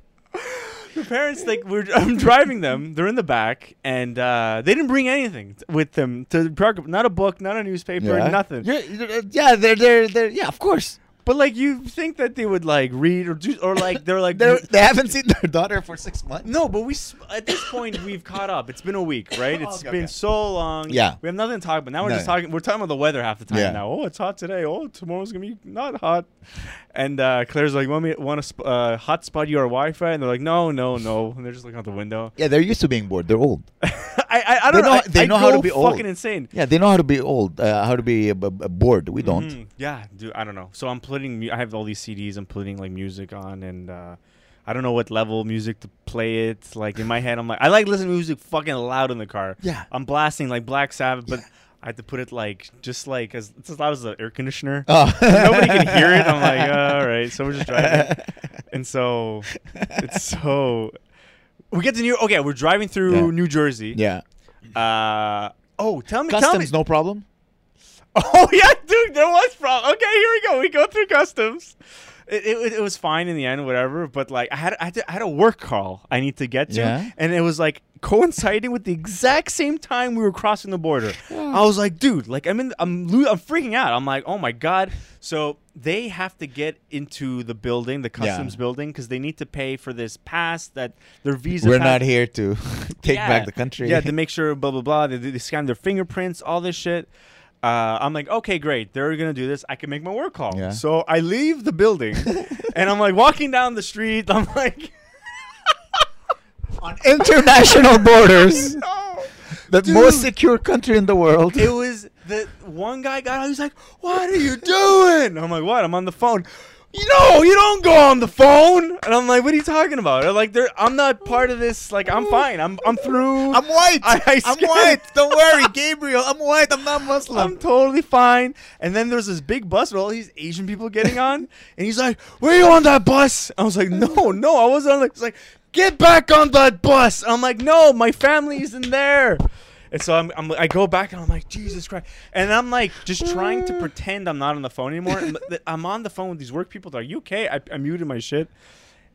Speaker 1: The parents like we're I'm driving them. They're in the back, and uh, they didn't bring anything t- with them to the program. Not a book, not a newspaper, nothing.
Speaker 2: You're- you're- yeah, they're, they're, they're, yeah, of course.
Speaker 1: But like you think that they would like read or do or like they're like
Speaker 2: They're, they haven't seen their daughter for six months.
Speaker 1: no. But we s- at this point we've caught up. It's been a week, right? It's
Speaker 2: Oh, Okay,
Speaker 1: been
Speaker 2: okay.
Speaker 1: so long.
Speaker 2: Yeah.
Speaker 1: we have nothing to talk about. Now we're
Speaker 2: No.
Speaker 1: just talking. We're talking about the weather half the time
Speaker 2: Yeah.
Speaker 1: now. Oh, it's hot today. Oh, tomorrow's gonna be not hot. And uh, Claire's like, "Want me want to sp- uh, hotspot your Wi-Fi?" And they're like, "No, no, no." And they're just looking out the window.
Speaker 2: Yeah, they're used to being bored. They're old.
Speaker 1: I, I, I
Speaker 2: They
Speaker 1: don't
Speaker 2: know-
Speaker 1: know. I-
Speaker 2: they
Speaker 1: I
Speaker 2: know how to
Speaker 1: go
Speaker 2: be
Speaker 1: fucking
Speaker 2: old.
Speaker 1: insane.
Speaker 2: Yeah, they know how to be old, uh, how to be uh, b- b- bored. We don't.
Speaker 1: Mhm. Yeah, dude. I don't know. So I'm putting. mu- I have all these CDs. I'm putting like music on, and uh, I don't know what level music to play it. Like in my head, I'm like, I like listening to music fucking loud in the car.
Speaker 2: Yeah.
Speaker 1: I'm blasting like Black Sabbath, but I have to put it like just like as it's as loud as the air conditioner.
Speaker 2: Oh.
Speaker 1: Nobody can hear it. I'm like, uh, all right. So we're just driving, and so it's so. We get to New. Okay, we're driving through
Speaker 2: Yeah.
Speaker 1: New Jersey.
Speaker 2: yeah.
Speaker 1: Uh, oh, tell me, tell me.
Speaker 2: Customs, no problem.
Speaker 1: Oh yeah, dude, there was problem. Okay, here we go. We go through customs. It, it, it was fine in the end, whatever. But like, I had I had, to, I had a work call I need to get to,
Speaker 2: Yeah.
Speaker 1: and it was like coinciding with the exact same time we were crossing the border. I was like, dude, like I'm in, I'm lo- I'm freaking out. I'm like, oh my god. So they have to get into the building, the
Speaker 2: Yeah.
Speaker 1: customs building, because they need to pay for this pass that their visa.
Speaker 2: We're
Speaker 1: pass-
Speaker 2: not here to take
Speaker 1: yeah.
Speaker 2: back the country.
Speaker 1: Yeah, to make sure, blah blah blah. They, they scan their fingerprints, all this shit. Uh, I'm like, okay, great. They're gonna do this. I can make my work call.
Speaker 2: Yeah.
Speaker 1: So I leave the building, and I'm like walking down the street. I'm like,
Speaker 2: on international borders,
Speaker 1: no.
Speaker 2: the most secure country in the world.
Speaker 1: It was the one guy got. out, He was like, "What are you doing?" I'm like, "What?" I'm on the phone. No, you don't go on the phone. And I'm like, what are you talking about? They're like, they're, I'm not part of this. Like, I'm fine. I'm, I'm through.
Speaker 2: I'm white.
Speaker 1: I- I
Speaker 2: am
Speaker 1: scared.
Speaker 2: white. Don't worry, Gabriel. I'm white. I'm not Muslim.
Speaker 1: I'm totally fine. And then there's this big bus with all these Asian people getting on, and he's like, "Were you on that bus?" I was like, "No, no, I wasn't." On the-" He's like, "Get back on that bus!" I'm like, "No, my family isn't there." And so I'm, I'm, I go back and I'm like, Jesus Christ. And I'm like, just trying to pretend I'm not on the phone anymore. And th- I'm on the phone with these work people. They're like, you okay? I, I muted my shit.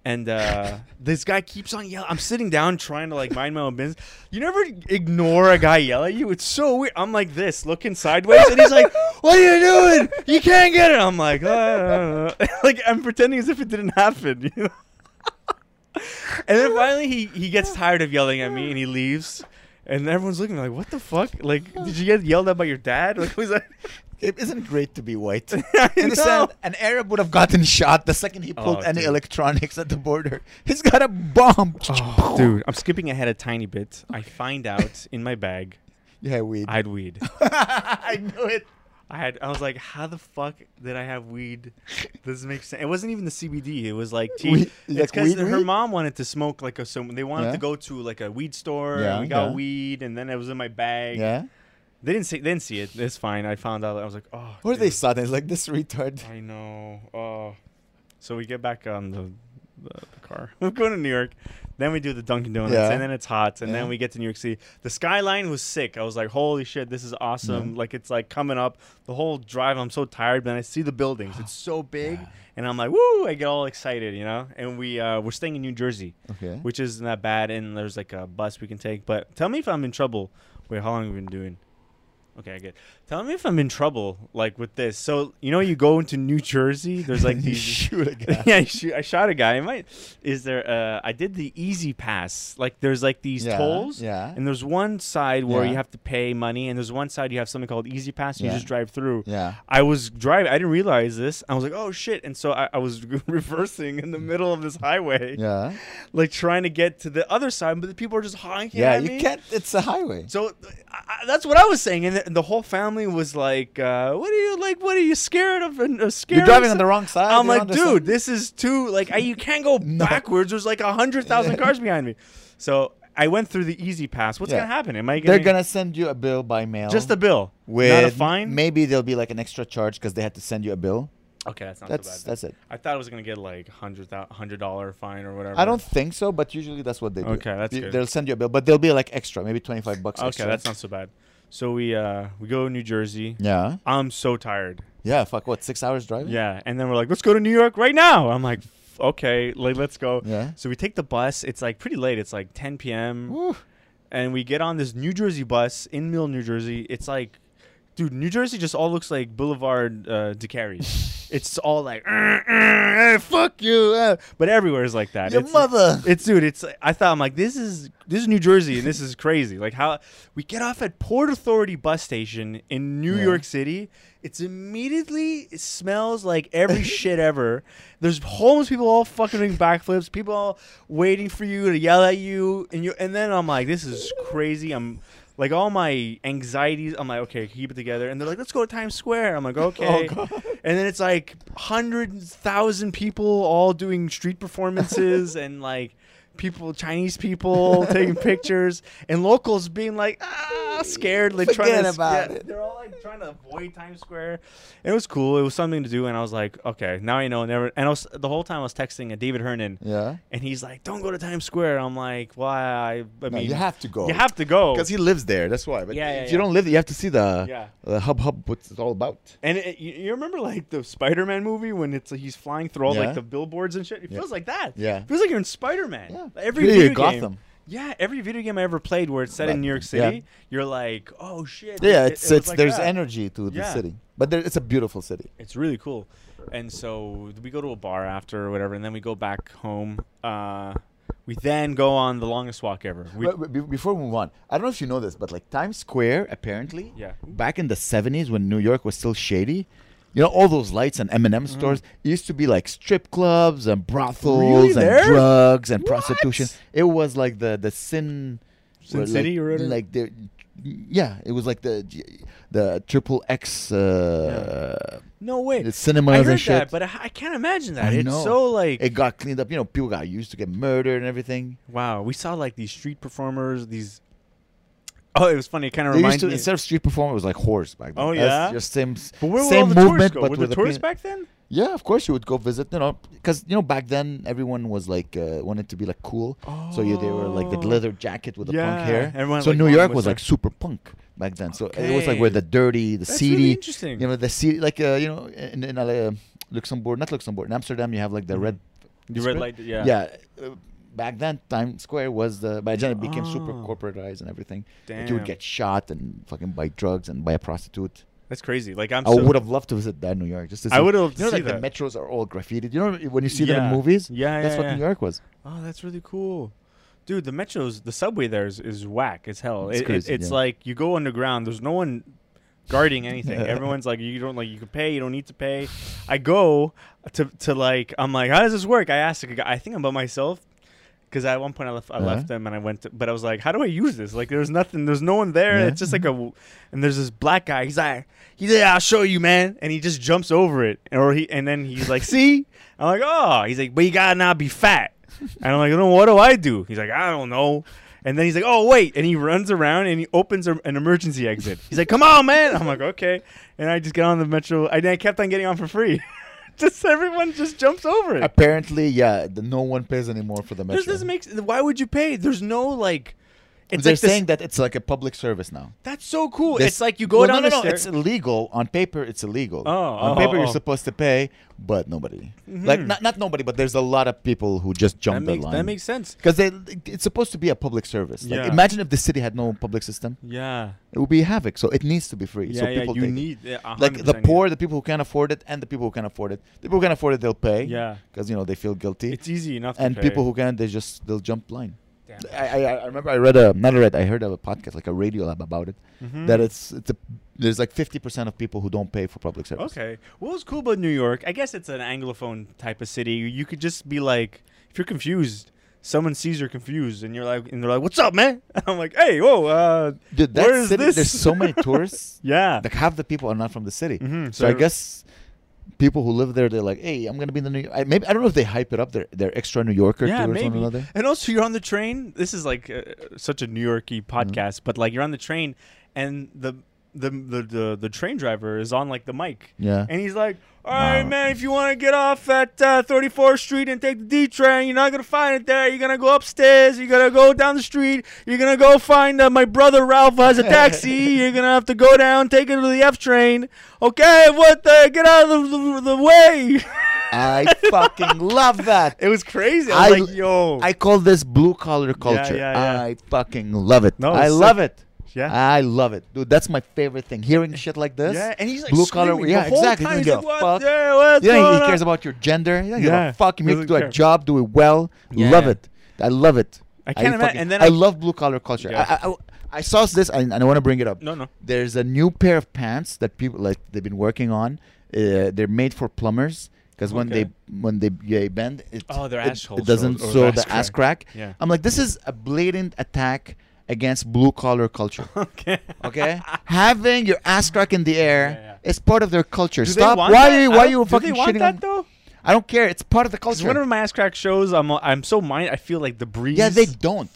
Speaker 1: And uh, this guy keeps on yelling. I'm sitting down trying to like mind my own business. You never ignore a guy yell at you. It's so weird. I'm like this, looking sideways, and he's like, "What are you doing? You can't get it." I'm like, "Uh, uh, uh." like I'm pretending as if it didn't happen. You know? and then finally, he he gets tired of yelling at me, and he leaves. And everyone's looking like, "What the fuck? Like, did you get yelled at by your dad?" Like, was that?
Speaker 2: It isn't great to be white.
Speaker 1: I know.
Speaker 2: Understand? An Arab would have gotten shot the second he pulled
Speaker 1: Oh,
Speaker 2: any
Speaker 1: dude.
Speaker 2: electronics at the border. He's got a bomb.
Speaker 1: Oh, Dude, I'm skipping ahead a tiny bit. I find out in my bag
Speaker 2: Yeah, weed.
Speaker 1: I had weed.
Speaker 2: I knew it.
Speaker 1: I had. I was like, how the fuck did I have weed? This makes sense. It wasn't even the CBD. It was like tea.
Speaker 2: Weed- like
Speaker 1: it's because
Speaker 2: weed
Speaker 1: her
Speaker 2: weed?
Speaker 1: mom wanted to smoke like a. So they wanted
Speaker 2: Yeah.
Speaker 1: to go to like a weed store.
Speaker 2: Yeah,
Speaker 1: and we got
Speaker 2: yeah.
Speaker 1: weed, and then it was in my bag.
Speaker 2: Yeah.
Speaker 1: They didn't see. They didn't see it. It's fine. I found out. I was like, oh.
Speaker 2: Or they
Speaker 1: dude,
Speaker 2: saw that. It's like this retard.
Speaker 1: I know. Oh. So we get back on the, the, the car. We're going to New York. Then we do the Dunkin' Donuts,
Speaker 2: Yeah.
Speaker 1: and then it's hot, and
Speaker 2: Yeah.
Speaker 1: then we get to New York City. The skyline was sick. I was like, "Holy shit, this is awesome!" Like it's like coming up the whole drive. I'm so tired, but then I see the buildings. It's so big, and I'm like, "Woo!" I get all excited, you know. And we uh, we're staying in New Jersey,
Speaker 2: Okay.
Speaker 1: which isn't that bad. And there's like a bus we can take. But tell me if I'm in trouble. Wait, how long have we been doing? Okay, good. Tell me if I'm in trouble, like with this. So you know, you go into New Jersey. There's like
Speaker 2: you
Speaker 1: these.
Speaker 2: shoot a guy.
Speaker 1: yeah, I, shoot, I shot a guy. Am I, is there? Uh, I did the easy pass. Like there's like these
Speaker 2: Yeah,
Speaker 1: tolls.
Speaker 2: yeah.
Speaker 1: And there's one side where
Speaker 2: Yeah.
Speaker 1: you have to pay money, and there's one side you have something called easy pass. And
Speaker 2: Yeah.
Speaker 1: You just drive through.
Speaker 2: Yeah.
Speaker 1: I was driving. I didn't realize this. I was like, "Oh shit!" And so I, I was reversing in the middle of this highway,
Speaker 2: Yeah.
Speaker 1: like trying to get to the other side. But the people are just honking
Speaker 2: Yeah.
Speaker 1: at
Speaker 2: You
Speaker 1: me.
Speaker 2: can't. It's a highway.
Speaker 1: So I, I- that's what I was saying, and the, the whole family was like, uh, "What are you like? What are you scared of? And uh, scared?"
Speaker 2: You're driving on the wrong side.
Speaker 1: I'm
Speaker 2: you
Speaker 1: like,
Speaker 2: don't understand.
Speaker 1: dude, this is too like I, you can't go
Speaker 2: No.
Speaker 1: backwards. There's like a hundred thousand cars behind me. So I went through the easy pass. What's
Speaker 2: Yeah.
Speaker 1: gonna happen? Am I
Speaker 2: They're
Speaker 1: gonna,
Speaker 2: gonna send you a bill by mail.
Speaker 1: just a bill,
Speaker 2: with
Speaker 1: not a fine?
Speaker 2: Maybe there'll be like an extra charge because they had to send you a bill.
Speaker 1: okay, that's not
Speaker 2: That's
Speaker 1: so bad.
Speaker 2: that's it.
Speaker 1: I thought I was gonna get like hundred hundred dollar fine or whatever.
Speaker 2: I don't think so, but usually that's what they do.
Speaker 1: Okay, that's
Speaker 2: They-
Speaker 1: good.
Speaker 2: They'll send you a bill, but they'll be like extra, maybe twenty five bucks.
Speaker 1: Okay,
Speaker 2: extra.
Speaker 1: that's not so bad. So we uh we go to New Jersey.
Speaker 2: Yeah,
Speaker 1: I'm so tired.
Speaker 2: yeah. Fuck what? Six hours driving.
Speaker 1: Yeah, and then we're like, let's go to New York right now. I'm like, "F- okay, like let's go.
Speaker 2: Yeah.
Speaker 1: So we take the bus. It's like pretty late. It's like 10 p.m.
Speaker 2: Woo.
Speaker 1: And we get on this New Jersey bus in Mill, New Jersey. It's like, dude, New Jersey just all looks like Boulevard uh, DeCarries. it's all like, "Uh, uh, uh, fuck you, uh," but everywhere is like that.
Speaker 2: Your
Speaker 1: It's-
Speaker 2: mother.
Speaker 1: it's dude. It's I thought I'm like this is this is New Jersey and this is crazy. Like how we get off at Port Authority bus station in New
Speaker 2: Yeah.
Speaker 1: York City. It's immediately it smells like every shit ever. There's homeless people all fucking doing backflips. People all waiting for you to yell at you and you. And then I'm like, this is crazy. I'm. Like all my anxieties, I'm like, okay, keep it together. And they're like, let's go to Times Square. I'm like, okay.
Speaker 2: Oh, God.
Speaker 1: And then it's like hundred thousand people all doing street performances and like people, Chinese people taking pictures and locals being like ah scared, like trying to
Speaker 2: Forget about it.
Speaker 1: They're all like trying to avoid Times Square. It was cool. It was something to do, and I was like, okay, now I know. Never. And I was the whole time I was texting a David Hernan,
Speaker 2: Yeah.
Speaker 1: and he's like, don't go to Times Square. I'm like, why? I, I
Speaker 2: No,
Speaker 1: mean,
Speaker 2: you have to go.
Speaker 1: You have to go.
Speaker 2: because Oh. he lives there. That's why. But
Speaker 1: Yeah, yeah,
Speaker 2: if you
Speaker 1: yeah.
Speaker 2: don't live there, you have to see the
Speaker 1: Yeah.
Speaker 2: the hub hub. What's it's all about?
Speaker 1: And it, you, you remember like the Spider-Man movie when it's he's flying through all
Speaker 2: Yeah.
Speaker 1: like the billboards and shit. It feels like that.
Speaker 2: Yeah.
Speaker 1: feels like you're in Spider-Man.
Speaker 2: Yeah.
Speaker 1: Every
Speaker 2: Really,
Speaker 1: video
Speaker 2: you're
Speaker 1: game.
Speaker 2: Gotham.
Speaker 1: Yeah, every video game I ever played where it's set
Speaker 2: But-
Speaker 1: in New York
Speaker 2: yeah.
Speaker 1: City, you're like, oh shit.
Speaker 2: Yeah,
Speaker 1: it- it
Speaker 2: it's
Speaker 1: was
Speaker 2: it's
Speaker 1: like
Speaker 2: there's
Speaker 1: that.
Speaker 2: energy to the
Speaker 1: Yeah.
Speaker 2: city, but there, it's a beautiful city.
Speaker 1: It's really cool. And so we go to a bar after or whatever, and then we go back home. Uh, we then go on the longest walk ever. We,
Speaker 2: But be- before we move on, I don't know if you know this, but like Times Square, apparently,
Speaker 1: Yeah.
Speaker 2: back in the '70s when New York was still shady, you know, all those lights and M&M
Speaker 1: Mm-hmm.
Speaker 2: stores it used to be like strip clubs and brothels
Speaker 1: Really?
Speaker 2: and
Speaker 1: There?
Speaker 2: drugs and
Speaker 1: What?
Speaker 2: prostitution. It was like the the sin,
Speaker 1: Sin
Speaker 2: where,
Speaker 1: City
Speaker 2: like,
Speaker 1: or whatever?
Speaker 2: like the yeah, it was like the G- the triple X uh,
Speaker 1: No way.
Speaker 2: the cinemas
Speaker 1: I heard
Speaker 2: and shit.
Speaker 1: that, but I, I can't imagine that.
Speaker 2: I
Speaker 1: it's
Speaker 2: know.
Speaker 1: so like
Speaker 2: it got cleaned up. You know, people got used to get murdered and everything.
Speaker 1: wow. We saw like these street performers. These oh, it was funny. It kind of
Speaker 2: They used
Speaker 1: reminds
Speaker 2: to
Speaker 1: me.
Speaker 2: instead of street performing, it was like horse back then.
Speaker 1: Oh,
Speaker 2: That's
Speaker 1: yeah?
Speaker 2: just same s-
Speaker 1: but where
Speaker 2: same
Speaker 1: were all the
Speaker 2: movement,
Speaker 1: tourists go?
Speaker 2: but
Speaker 1: Were
Speaker 2: with
Speaker 1: the
Speaker 2: a
Speaker 1: tourists
Speaker 2: pin-
Speaker 1: back then?
Speaker 2: Yeah, of course you would go visit. You know, because you know back then everyone was like uh, wanted to be like cool, so you they were like the
Speaker 1: Oh.
Speaker 2: leather jacket with the
Speaker 1: Yeah,
Speaker 2: punk hair.
Speaker 1: everyone
Speaker 2: so
Speaker 1: like
Speaker 2: New
Speaker 1: going
Speaker 2: York
Speaker 1: with
Speaker 2: was
Speaker 1: their-
Speaker 2: like super punk back then. So it was like
Speaker 1: Okay.
Speaker 2: where the dirty, the
Speaker 1: That's
Speaker 2: seedy,
Speaker 1: really interesting.
Speaker 2: you know, the seedy like uh, you know in, in uh, Luxembourg, not Luxembourg, in Amsterdam you have like the red,
Speaker 1: Mm-hmm. the red
Speaker 2: spread?
Speaker 1: light. Yeah.
Speaker 2: yeah. uh, back then, Times Square was the. By then, it became super
Speaker 1: Oh.
Speaker 2: corporatized and everything. Like, you would
Speaker 1: Damn.
Speaker 2: get shot and fucking buy drugs and buy a prostitute.
Speaker 1: That's crazy. Like I'm.
Speaker 2: I
Speaker 1: so,
Speaker 2: would have loved to visit that New York. Just to see.
Speaker 1: I would've
Speaker 2: You know,
Speaker 1: see
Speaker 2: like the
Speaker 1: that.
Speaker 2: metros are all graffitied. You know when you see them
Speaker 1: Yeah.
Speaker 2: in movies.
Speaker 1: Yeah,
Speaker 2: that's
Speaker 1: yeah,
Speaker 2: what
Speaker 1: yeah.
Speaker 2: New York was.
Speaker 1: Oh, that's really cool. Dude, the metros, the subway there is, is whack as hell.
Speaker 2: It's
Speaker 1: It- it-
Speaker 2: crazy,
Speaker 1: it's
Speaker 2: yeah.
Speaker 1: like you go underground. There's no one guarding anything. Everyone's like, you don't like, you can pay, you don't need to pay. I go to to like, I'm like, how does this work? I asked, the guy- I think I'm by myself. Because at one point I left, I
Speaker 2: Uh-huh.
Speaker 1: left them and I went, to, but I was like, how do I use this? Like, there's nothing, there's no one there.
Speaker 2: Yeah.
Speaker 1: It's just like a, w- and there's this black guy. He's like, he's like, I'll show you, man. And he just jumps over it, or he, and then he's like, see. I'm like, oh. He's like, but you gotta not be fat. And I'm like, no, what do I do? He's like, I don't know. And then he's like, oh wait, and he runs around and he opens a, an emergency exit. He's like, come on, man. I'm like, okay. And I just get on the metro. And I kept on getting on for free. just everyone just jumps over it.
Speaker 2: Apparently, yeah, the, no one pays anymore for the metro.
Speaker 1: This doesn't make. s- Why would you pay? There's no like. It's
Speaker 2: They're
Speaker 1: like this-
Speaker 2: saying that it's like a public service now.
Speaker 1: that's so cool.
Speaker 2: This-
Speaker 1: it's like you go
Speaker 2: Well,
Speaker 1: down
Speaker 2: no, no,
Speaker 1: the
Speaker 2: no,
Speaker 1: stairs.
Speaker 2: It's illegal on paper. It's illegal.
Speaker 1: Oh,
Speaker 2: on
Speaker 1: oh,
Speaker 2: paper
Speaker 1: oh,
Speaker 2: you're
Speaker 1: oh.
Speaker 2: supposed to pay, but nobody. Like not not nobody, but there's a lot of people who just jump
Speaker 1: that
Speaker 2: the
Speaker 1: makes
Speaker 2: line.
Speaker 1: that makes sense.
Speaker 2: because they it's supposed to be a public service. Like
Speaker 1: Yeah.
Speaker 2: imagine if the city had no public system,
Speaker 1: Yeah.
Speaker 2: it would be havoc. So it needs to be free.
Speaker 1: Yeah,
Speaker 2: so
Speaker 1: yeah.
Speaker 2: people
Speaker 1: You
Speaker 2: take it.
Speaker 1: need yeah, a
Speaker 2: like
Speaker 1: hundred
Speaker 2: the
Speaker 1: percent you-
Speaker 2: poor, the people who can't afford it, and the people who can afford it. The people who can afford it, they'll pay.
Speaker 1: Yeah.
Speaker 2: because you know they feel guilty.
Speaker 1: It's easy enough.
Speaker 2: and
Speaker 1: to
Speaker 2: people
Speaker 1: pay.
Speaker 2: who can, they just they'll jump line.
Speaker 1: Damn.
Speaker 2: I, I I remember I read a not a read I heard of a podcast like a radio lab about it
Speaker 1: Mhm.
Speaker 2: that it's it's a, there's like fifty percent of people who don't pay for public service.
Speaker 1: Okay. What was cool about New York? I guess it's an anglophone type of city. You could just be like, if you're confused, someone sees you're confused, and you're like, and they're like, "What's up, man?" I'm like, "Hey, whoa, uh,
Speaker 2: Dude, that
Speaker 1: Where is
Speaker 2: city,
Speaker 1: this?
Speaker 2: there's so many tourists.
Speaker 1: yeah."
Speaker 2: Like half the people are not from the city.
Speaker 1: Mhm,
Speaker 2: So I
Speaker 1: so-
Speaker 2: guess people who live there, they're like, hey, I'm gonna be in the New. I, maybe I don't know if they hype it up. They're they're extra New Yorker
Speaker 1: yeah,
Speaker 2: towards
Speaker 1: maybe.
Speaker 2: one another.
Speaker 1: And also, you're on the train. This is like uh, such a New Yorky
Speaker 2: Mm-hmm.
Speaker 1: podcast, but like you're on the train, and the the, the the the train driver is on like the mic.
Speaker 2: Yeah.
Speaker 1: And he's like, "All right,
Speaker 2: Wow.
Speaker 1: man, if you want to get off at uh, 34th Street and take the D train, you're not gonna find it there. You're gonna go upstairs. You're gonna go down the street. You're gonna go find uh, my brother Ralph has a taxi. you're gonna have to go down, take it to the F train. Okay, what? The, get out of the, the, the way."
Speaker 2: I fucking love that.
Speaker 1: It was crazy. I was like, yo.
Speaker 2: I call this blue collar culture.
Speaker 1: yeah, yeah.
Speaker 2: I fucking love it.
Speaker 1: No,
Speaker 2: I
Speaker 1: it's
Speaker 2: love it.
Speaker 1: Yeah.
Speaker 2: I love it, dude. That's my favorite thing. Hearing shit like this.
Speaker 1: Yeah, and he's like
Speaker 2: blue collar.
Speaker 1: screaming
Speaker 2: Yeah,
Speaker 1: the whole
Speaker 2: exactly.
Speaker 1: time.
Speaker 2: He
Speaker 1: He's
Speaker 2: doesn't
Speaker 1: like,
Speaker 2: give a
Speaker 1: "What
Speaker 2: fuck.
Speaker 1: the hell? What's
Speaker 2: You don't think
Speaker 1: going
Speaker 2: he
Speaker 1: on?"
Speaker 2: cares about your gender. You don't give
Speaker 1: Yeah,
Speaker 2: a fuck. You have to
Speaker 1: doesn't
Speaker 2: do a
Speaker 1: care.
Speaker 2: job, do it well.
Speaker 1: Yeah.
Speaker 2: Love it. I love it.
Speaker 1: I can't imma-
Speaker 2: fucking-
Speaker 1: and then
Speaker 2: I,
Speaker 1: I-
Speaker 2: love blue collar culture.
Speaker 1: Yeah.
Speaker 2: I, I, I, I saw this, and, and I want to bring it up.
Speaker 1: No, no.
Speaker 2: There's a new pair of pants that people like. They've been working on. Uh, they're made for plumbers because when
Speaker 1: Okay.
Speaker 2: they when they, they bend, it,
Speaker 1: Oh, their
Speaker 2: it,
Speaker 1: assholes
Speaker 2: it doesn't
Speaker 1: or- or
Speaker 2: show
Speaker 1: their
Speaker 2: the
Speaker 1: Oh, ass
Speaker 2: ass crack.
Speaker 1: Yeah.
Speaker 2: I'm like, this is a blatant attack against blue collar culture.
Speaker 1: Okay.
Speaker 2: Okay, having your ass crack in the air
Speaker 1: Yeah, yeah.
Speaker 2: is part of their culture.
Speaker 1: Do they
Speaker 2: Stop.
Speaker 1: want
Speaker 2: Why
Speaker 1: that?
Speaker 2: are you?
Speaker 1: I
Speaker 2: Why are
Speaker 1: don't-
Speaker 2: you fucking
Speaker 1: Do they want
Speaker 2: shitting
Speaker 1: that
Speaker 2: on?
Speaker 1: though?
Speaker 2: I don't care. It's part of the culture.
Speaker 1: Because whenever my ass crack shows, I'm I'm so mind. I feel like the breeze.
Speaker 2: yeah, they don't.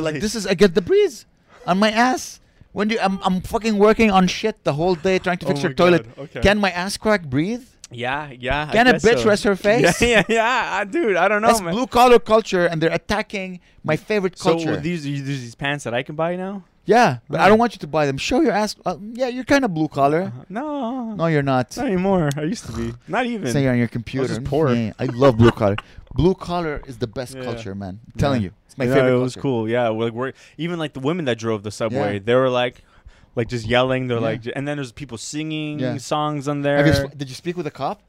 Speaker 1: Okay.
Speaker 2: like, this is I get the breeze on my ass. When do you, I'm I'm fucking working on shit the whole day trying to
Speaker 1: Oh
Speaker 2: fix your
Speaker 1: my
Speaker 2: toilet.
Speaker 1: God, okay.
Speaker 2: Can my ass crack breathe?
Speaker 1: Yeah, yeah. I
Speaker 2: Can a
Speaker 1: guess
Speaker 2: bitch
Speaker 1: so.
Speaker 2: rest her face?
Speaker 1: Yeah, yeah, yeah. I- Dude, I don't know,
Speaker 2: That's
Speaker 1: man.
Speaker 2: blue collar culture, and they're attacking my favorite
Speaker 1: so
Speaker 2: culture.
Speaker 1: these these these pants that I can buy now?
Speaker 2: yeah, but I
Speaker 1: Mm.
Speaker 2: don't want you to buy them. Show your ass. Uh, yeah, you're kind of blue collar.
Speaker 1: Uh-huh. No,
Speaker 2: No, you're not.
Speaker 1: not anymore. I used to be. Not even.
Speaker 2: Say you're on your computer.
Speaker 1: just poor.
Speaker 2: Yeah, I love blue collar. Blue collar is the best
Speaker 1: Yeah.
Speaker 2: culture, man. I'm telling
Speaker 1: Yeah.
Speaker 2: you, it's my
Speaker 1: Yeah,
Speaker 2: favorite.
Speaker 1: It was
Speaker 2: culture.
Speaker 1: cool. Yeah, we're, like, we're even like the women that drove the subway.
Speaker 2: Yeah.
Speaker 1: They were like, like just yelling. They're
Speaker 2: Yeah.
Speaker 1: like, and then there's people singing
Speaker 2: Yeah.
Speaker 1: songs on
Speaker 2: Have
Speaker 1: there.
Speaker 2: you sp- did you speak with a cop?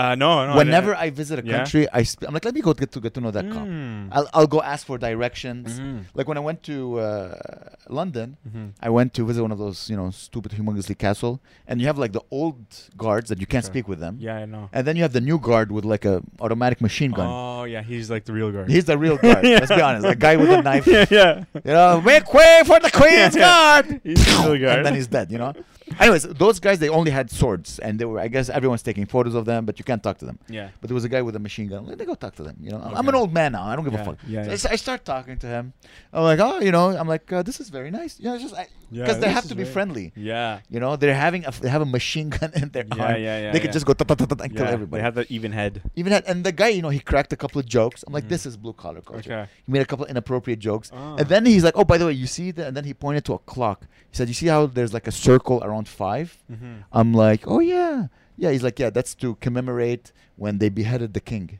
Speaker 1: Uh, no, no. I
Speaker 2: Whenever
Speaker 1: didn't.
Speaker 2: I visit a
Speaker 1: Yeah?
Speaker 2: country, I sp- I'm like, let me go get to get to know that cop.
Speaker 1: Mm.
Speaker 2: I'll, I'll go ask for directions.
Speaker 1: Mhm.
Speaker 2: Like when I went to uh, London,
Speaker 1: Mhm.
Speaker 2: I went to visit one of those, you know, stupid, humongously castle, and you have like the old guards that you can't
Speaker 1: Sure.
Speaker 2: speak with them,
Speaker 1: Yeah, I know.
Speaker 2: and then you have the new guard with like a automatic machine gun.
Speaker 1: Oh yeah, he's like the real guard.
Speaker 2: He's the real guard. Let's be honest, a guy with a knife.
Speaker 1: yeah, yeah.
Speaker 2: You know, make way for the Queen's
Speaker 1: Yeah.
Speaker 2: Guard.
Speaker 1: He's the real guard.
Speaker 2: And then he's dead, you know. Anyways, those guys they only had swords, and they were I guess everyone's taking photos of them, but you can't talk to them.
Speaker 1: Yeah.
Speaker 2: But there was a guy with a machine gun. Let me go talk to them. You know, I'm
Speaker 1: Okay.
Speaker 2: an old man now. I don't give
Speaker 1: Yeah,
Speaker 2: a fuck.
Speaker 1: yeah,
Speaker 2: So
Speaker 1: yeah.
Speaker 2: I s- I, start talking to him. I'm like, oh, you know, I'm like, uh, this is very nice. You know, it's just because
Speaker 1: Yeah,
Speaker 2: they
Speaker 1: this
Speaker 2: have
Speaker 1: is
Speaker 2: to be
Speaker 1: very-
Speaker 2: friendly.
Speaker 1: Yeah.
Speaker 2: You know, they're having a f- they have a machine gun in their
Speaker 1: Yeah,
Speaker 2: arm.
Speaker 1: yeah, yeah,
Speaker 2: They could
Speaker 1: yeah.
Speaker 2: just go tut, tut, tut, tut, and kill
Speaker 1: yeah.
Speaker 2: everybody.
Speaker 1: They have that even head.
Speaker 2: Even had, and the guy, you know, he cracked a couple of jokes. I'm like,
Speaker 1: Mhm.
Speaker 2: this is blue collar culture.
Speaker 1: Okay.
Speaker 2: He made a couple inappropriate jokes,
Speaker 1: Ah.
Speaker 2: and then he's like, oh, by the way, you see that? And then he pointed to a clock. He said, you see how there's like a circle around five?
Speaker 1: Mhm.
Speaker 2: I'm like, oh yeah, yeah. He's like, yeah, that's to commemorate when they beheaded the king.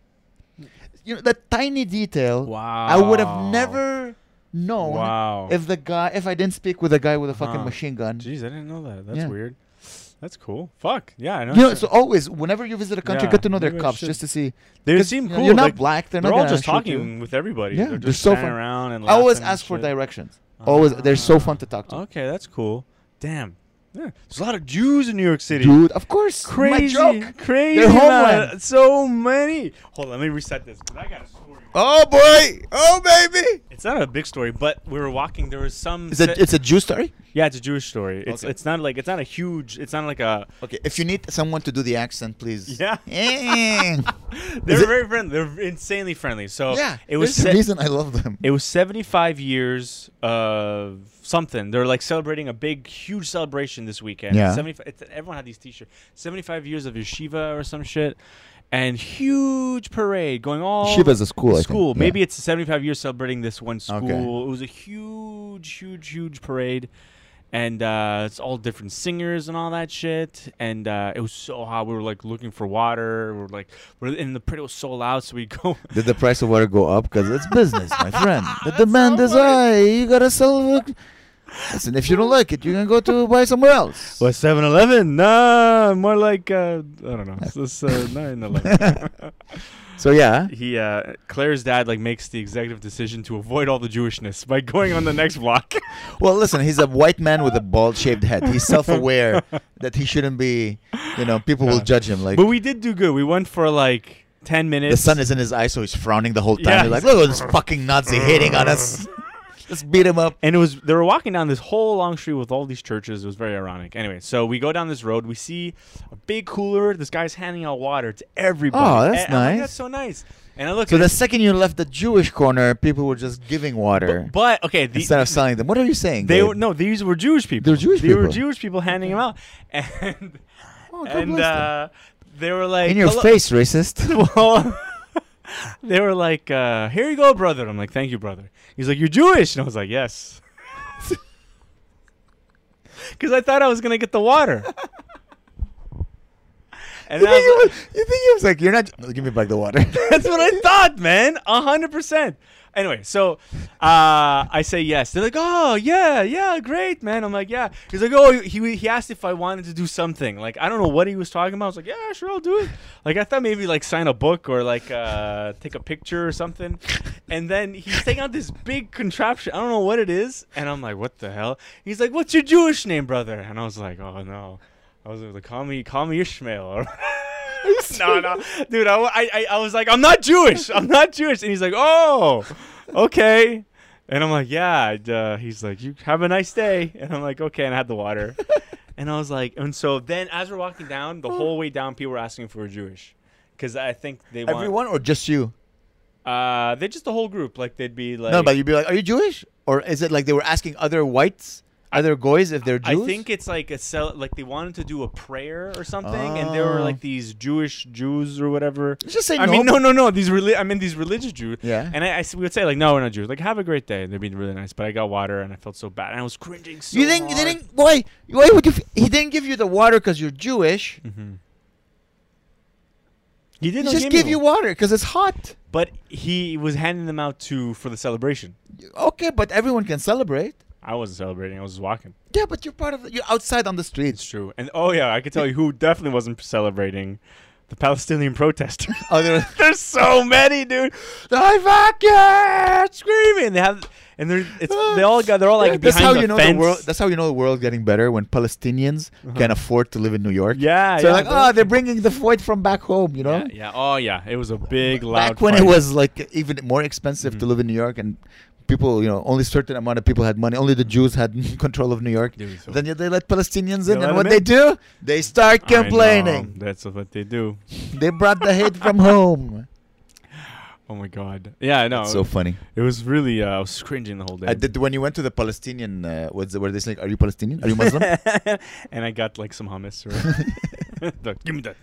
Speaker 2: You know that tiny detail.
Speaker 1: Wow.
Speaker 2: I would have never known
Speaker 1: Wow.
Speaker 2: if the guy, if I didn't speak with a guy with a fucking
Speaker 1: Huh.
Speaker 2: machine gun.
Speaker 1: Jeez, I didn't know that. That's
Speaker 2: Yeah.
Speaker 1: weird. That's cool. Fuck. Yeah, I know.
Speaker 2: You know,
Speaker 1: sure.
Speaker 2: so always, whenever you visit a country,
Speaker 1: Yeah,
Speaker 2: get to know their
Speaker 1: maybe I
Speaker 2: cops
Speaker 1: should.
Speaker 2: just to see.
Speaker 1: they
Speaker 2: 'cause,
Speaker 1: seem
Speaker 2: you
Speaker 1: cool.
Speaker 2: know, You're
Speaker 1: like,
Speaker 2: not black. They're,
Speaker 1: They're,
Speaker 2: not
Speaker 1: all
Speaker 2: gonna
Speaker 1: just
Speaker 2: shoot you.
Speaker 1: talking with everybody.
Speaker 2: Yeah,
Speaker 1: they're
Speaker 2: they're
Speaker 1: just
Speaker 2: so
Speaker 1: standing
Speaker 2: fun.
Speaker 1: around and
Speaker 2: I always
Speaker 1: laughing and
Speaker 2: ask for
Speaker 1: shit. Oh,
Speaker 2: directions. Always, they're so fun to talk to.
Speaker 1: Okay, that's cool. Damn. Yeah. There's a lot of Jews in New York City.
Speaker 2: Dude, of course.
Speaker 1: Crazy,
Speaker 2: My joke.
Speaker 1: crazy,
Speaker 2: Their
Speaker 1: man.
Speaker 2: homeland.
Speaker 1: So many. Hold on, let me reset this because I got a story.
Speaker 2: Oh boy. Oh baby.
Speaker 1: It's not a big story, but we were walking. There was some.
Speaker 2: It's a,
Speaker 1: se-
Speaker 2: it's a Jew story.
Speaker 1: yeah, it's a Jewish story. It's
Speaker 2: Okay.
Speaker 1: it's not like it's not a huge. It's not like a.
Speaker 2: Okay, if you need someone to do the accent, please.
Speaker 1: Yeah.
Speaker 2: Eh.
Speaker 1: They're
Speaker 2: it-
Speaker 1: very friendly. They're insanely friendly. So
Speaker 2: yeah.
Speaker 1: Oh, it was
Speaker 2: there's a
Speaker 1: se-
Speaker 2: reason I love them.
Speaker 1: It was 75 years of something. They're like celebrating a big, huge celebration this weekend.
Speaker 2: Yeah.
Speaker 1: 75, it's, everyone had these T-shirts. 75 years of yeshiva or some shit, and huge parade going all.
Speaker 2: Yeshiva's a school, I think.
Speaker 1: School.
Speaker 2: Yeah.
Speaker 1: Maybe it's 75 years celebrating this one school.
Speaker 2: Okay.
Speaker 1: It was a huge, huge, huge parade. And uh, it's all different singers and all that shit. And uh, it was so hot. We were like looking for water. We were like, we're in the parade was so loud. So we go.
Speaker 2: Did the price of water go up? Because it's business, my friend. The demand
Speaker 1: so
Speaker 2: is
Speaker 1: funny.
Speaker 2: high. You gotta sell. it. Listen, if you don't like it, you can go to buy somewhere else.
Speaker 1: What Seven Eleven? Nah, more like uh, I don't know. It's this uh, nine eleven.
Speaker 2: So yeah,
Speaker 1: he uh, Claire's dad like makes the executive decision to avoid all the Jewishness by going on the next block.
Speaker 2: Well, listen, he's a white man with a bald shaved head. He's self aware that he shouldn't be, you know, people will
Speaker 1: Yeah.
Speaker 2: judge him. Like,
Speaker 1: but we did do good. We went for like ten
Speaker 2: the
Speaker 1: minutes.
Speaker 2: sun is in his eye, so he's frowning the whole time.
Speaker 1: Yeah,
Speaker 2: You're like,
Speaker 1: he's-
Speaker 2: look at this fucking Nazi hating on us. Let's beat him up.
Speaker 1: and it was they were walking down this whole long street with all these churches. It was very ironic. Anyway, so we go down this road. We see a big cooler. This guy's handing out water to everybody.
Speaker 2: Oh, that's
Speaker 1: And I'm like,
Speaker 2: nice.
Speaker 1: that's so nice. And I look.
Speaker 2: So
Speaker 1: at
Speaker 2: the second you left the Jewish corner, people were just giving water
Speaker 1: but okay, the,
Speaker 2: instead of selling them. What are you saying?
Speaker 1: They
Speaker 2: Gabe?
Speaker 1: were no, these were Jewish people.
Speaker 2: They're Jewish
Speaker 1: they were
Speaker 2: people.
Speaker 1: Jewish people handing them out, and
Speaker 2: Oh, God
Speaker 1: and
Speaker 2: bless them.
Speaker 1: uh, they were like
Speaker 2: in your
Speaker 1: "Hello-"
Speaker 2: face, racist.
Speaker 1: Well, they were like, uh, "Here you go, brother." I'm like, "Thank you, brother." He's like, "You're Jewish," and I was like, "Yes," because I thought I was gonna get the water. And
Speaker 2: you,
Speaker 1: I was
Speaker 2: think he
Speaker 1: like-
Speaker 2: was, you think he was like, you're not. Give me back the water.
Speaker 1: that's what I thought, man. A hundred percent. Anyway, so uh, I say yes. They're like, "Oh, yeah, yeah, great, man." I'm like, "Yeah." He's like, "Oh, he he asked if I wanted to do something. Like, I don't know what he was talking about." I was like, "Yeah, sure, I'll do it." Like, I thought maybe like sign a book or like uh, take a picture or something. And then he's taking out this big contraption. I don't know what it is, and I'm like, "What the hell?" He's like, "What's your Jewish name, brother?" And I was like, "Oh no." I was like, "Call me, call me Ishmael." or- no, no, dude. I, wa- I, I- I was like, I'm not Jewish. I'm not Jewish. And he's like, oh, okay. And I'm like, yeah. And, uh, he's like, you have a nice day. And I'm like, okay. And I had the water. and I was like, and so then as we're walking down, the whole way down, people were asking if we were Jewish. Because I think they want,
Speaker 2: Everyone or just you?
Speaker 1: uh, they just the whole group. Like they'd be like,
Speaker 2: No, but you'd be like, are you Jewish? Or is it like they were asking other whites, other guys, if they're
Speaker 1: I
Speaker 2: Jews?
Speaker 1: think it's like a cel- like they wanted to do a prayer or something, and there were
Speaker 2: Oh.
Speaker 1: like these Jewish Jews or whatever.
Speaker 2: Just say
Speaker 1: I
Speaker 2: no.
Speaker 1: mean, no, no, no. These reli- I mean, these religious Jews.
Speaker 2: Yeah.
Speaker 1: And I, I s- we would say like, no, we're not Jews. Like, have a great day. They'd be really nice. But I got water, and I felt so bad, and I was cringing so.
Speaker 2: you think
Speaker 1: hard.
Speaker 2: you didn't? Why? Why would you? F- he didn't give you the water because you're Jewish.
Speaker 1: He
Speaker 2: He
Speaker 1: didn't
Speaker 2: just
Speaker 1: give
Speaker 2: give
Speaker 1: me
Speaker 2: you
Speaker 1: one.
Speaker 2: water because it's hot.
Speaker 1: But he was handing them out to for the celebration.
Speaker 2: Okay, but everyone can celebrate.
Speaker 1: I wasn't celebrating. I was just walking.
Speaker 2: Yeah, but you're part of. The, you're outside on the
Speaker 1: It's
Speaker 2: streets.
Speaker 1: true. And oh yeah, I could tell you who definitely wasn't celebrating. The Palestinian protesters.
Speaker 2: Oh, there-
Speaker 1: There's so many, dude. They're like, "Fuck yeah!" screaming. They have, and they're it's, they all got they're all like
Speaker 2: that's
Speaker 1: behind
Speaker 2: how
Speaker 1: the
Speaker 2: you know
Speaker 1: fence.
Speaker 2: the world. That's how you know the world's getting better when Palestinians can afford to live in New York.
Speaker 1: yeah,
Speaker 2: so
Speaker 1: yeah,
Speaker 2: like, oh, they're bringing the fight from back home. You know,
Speaker 1: yeah, yeah. Oh yeah, it was a big loud.
Speaker 2: back when it
Speaker 1: fight.
Speaker 2: was like even more expensive
Speaker 1: Mm-hmm.
Speaker 2: to live in New York and people, you know, only certain amount of people had money. Only the Jews had control of New York.
Speaker 1: Dude, so-
Speaker 2: then they let Palestinians
Speaker 1: They
Speaker 2: in,
Speaker 1: let
Speaker 2: and what
Speaker 1: them
Speaker 2: they
Speaker 1: in.
Speaker 2: do, they
Speaker 1: I
Speaker 2: start
Speaker 1: know,
Speaker 2: complaining.
Speaker 1: That's what they do.
Speaker 2: they brought the hate from home.
Speaker 1: Oh my god. Yeah, I know.
Speaker 2: It's so funny.
Speaker 1: It was really. Uh, I was cringing the whole day.
Speaker 2: I did when you went to the Palestinian. Uh, what's the, were they saying? Are you Palestinian? Are you Muslim?
Speaker 1: and I got like some hummus. Or Like, Give me that.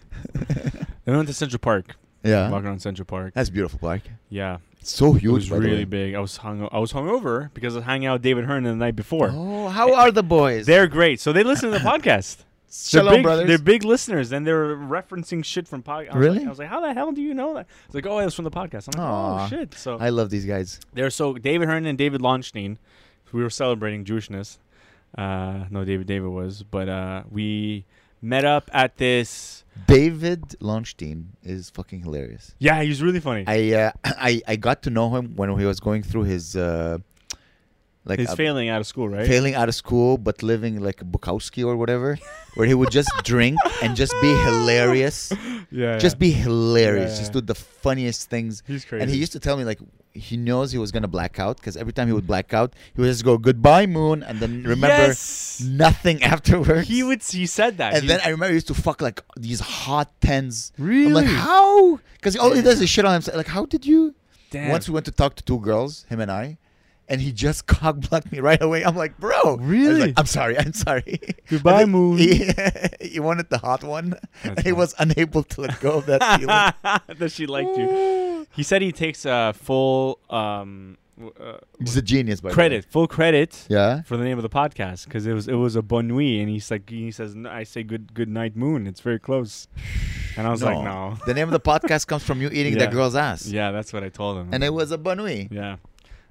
Speaker 1: And I went to Central Park.
Speaker 2: yeah,
Speaker 1: Walking around Central Park.
Speaker 2: that's beautiful park.
Speaker 1: Yeah,
Speaker 2: It's so huge.
Speaker 1: it was
Speaker 2: by the way.
Speaker 1: really big. I was hung. I was hungover because I was hanging out with David Hearn the night before.
Speaker 2: Oh, how are the boys?
Speaker 1: They're great. So they listen to the podcast. They're
Speaker 2: Shalom,
Speaker 1: big,
Speaker 2: brothers.
Speaker 1: They're big listeners, and they're referencing shit from podcast.
Speaker 2: Really?
Speaker 1: I was like, how the hell do you know that? It's like, oh, it was from the podcast. I'm like,
Speaker 2: Aw.
Speaker 1: oh shit. So
Speaker 2: I love these guys.
Speaker 1: they're so David Hearn and David Launstein. We were celebrating Jewishness. Uh, no, David David was, but uh, we met up at this.
Speaker 2: David Launstein is fucking hilarious.
Speaker 1: Yeah, he was really funny.
Speaker 2: I uh, I I got to know him when he was going through his uh, like
Speaker 1: He's
Speaker 2: uh,
Speaker 1: failing out of school, right?
Speaker 2: failing out of school, but living like Bukowski or whatever, where he would just drink and just be hilarious,
Speaker 1: Yeah,
Speaker 2: just
Speaker 1: yeah.
Speaker 2: be hilarious,
Speaker 1: Yeah,
Speaker 2: just
Speaker 1: yeah.
Speaker 2: do the funniest things.
Speaker 1: He's crazy.
Speaker 2: And he used to tell me like he knows he was gonna black out because every time he would black out, he would just go goodbye moon and then remember
Speaker 1: Yes!
Speaker 2: nothing afterwards.
Speaker 1: He would. He said that.
Speaker 2: And
Speaker 1: He-
Speaker 2: then I remember he used to fuck like these hot tens. I'm
Speaker 1: Really?
Speaker 2: like, how? Because all he does is shit on himself. Like, how did you?
Speaker 1: Damn.
Speaker 2: Once we went to talk to two girls, him and I, and he just cock blocked me right away. I'm like, bro. I was
Speaker 1: Really?
Speaker 2: like, I'm sorry. I'm sorry.
Speaker 1: Goodbye,
Speaker 2: And then
Speaker 1: moon.
Speaker 2: He, he wanted the hot one. and he
Speaker 1: right.
Speaker 2: was unable to let go of that feeling.
Speaker 1: that she liked you. He said he takes uh, full um, w- uh,
Speaker 2: He's a genius, by the way.
Speaker 1: credit, full credit
Speaker 2: Yeah.
Speaker 1: for the name of the podcast because it was it was a bonne nuit, and he's like he says "N- I say good good night moon. It's very close, and I was like no,
Speaker 2: the name of the podcast comes from you eating that
Speaker 1: Yeah.
Speaker 2: girl's ass.
Speaker 1: yeah, that's what I told him,
Speaker 2: And it was a banui.
Speaker 1: yeah.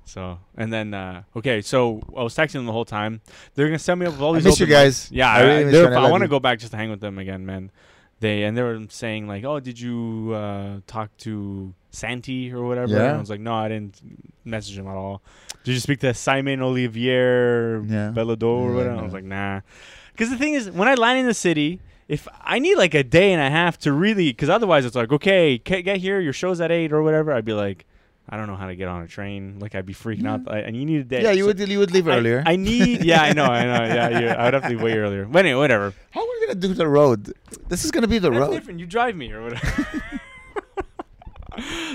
Speaker 1: So and then uh, okay, so I was texting them the whole time. They're gonna send me up with all
Speaker 2: I
Speaker 1: these.
Speaker 2: miss you
Speaker 1: open mics.
Speaker 2: guys.
Speaker 1: Yeah,
Speaker 2: I
Speaker 1: I,
Speaker 2: really miss
Speaker 1: they're
Speaker 2: you, and I
Speaker 1: fun. I
Speaker 2: love
Speaker 1: want to
Speaker 2: you.
Speaker 1: go back just to hang with them again, man. They and they were saying like, "Oh, did you uh, talk to Santi or whatever?" And
Speaker 2: Yeah.
Speaker 1: I was like, "No, I didn't message him at all." Did you speak to Simon Olivier
Speaker 2: Yeah.
Speaker 1: Bellador or
Speaker 2: Yeah,
Speaker 1: whatever?
Speaker 2: no.
Speaker 1: I was like, "Nah," because the thing is, when I land in the city. If I need like a day and a half to really, because otherwise it's like, okay, ca- get here, your show's at eight or whatever. I'd be like, I don't know how to get on a train. Like I'd be freaking out. I, and you need a day.
Speaker 2: Yeah, you
Speaker 1: So-
Speaker 2: would you would leave
Speaker 1: I-
Speaker 2: earlier.
Speaker 1: I, need. Yeah, I know. I know. Yeah, yeah. I would have to way earlier. But anyway, whatever.
Speaker 2: How are we gonna do the road? This is gonna be the
Speaker 1: That's
Speaker 2: road.
Speaker 1: different. You drive me or whatever.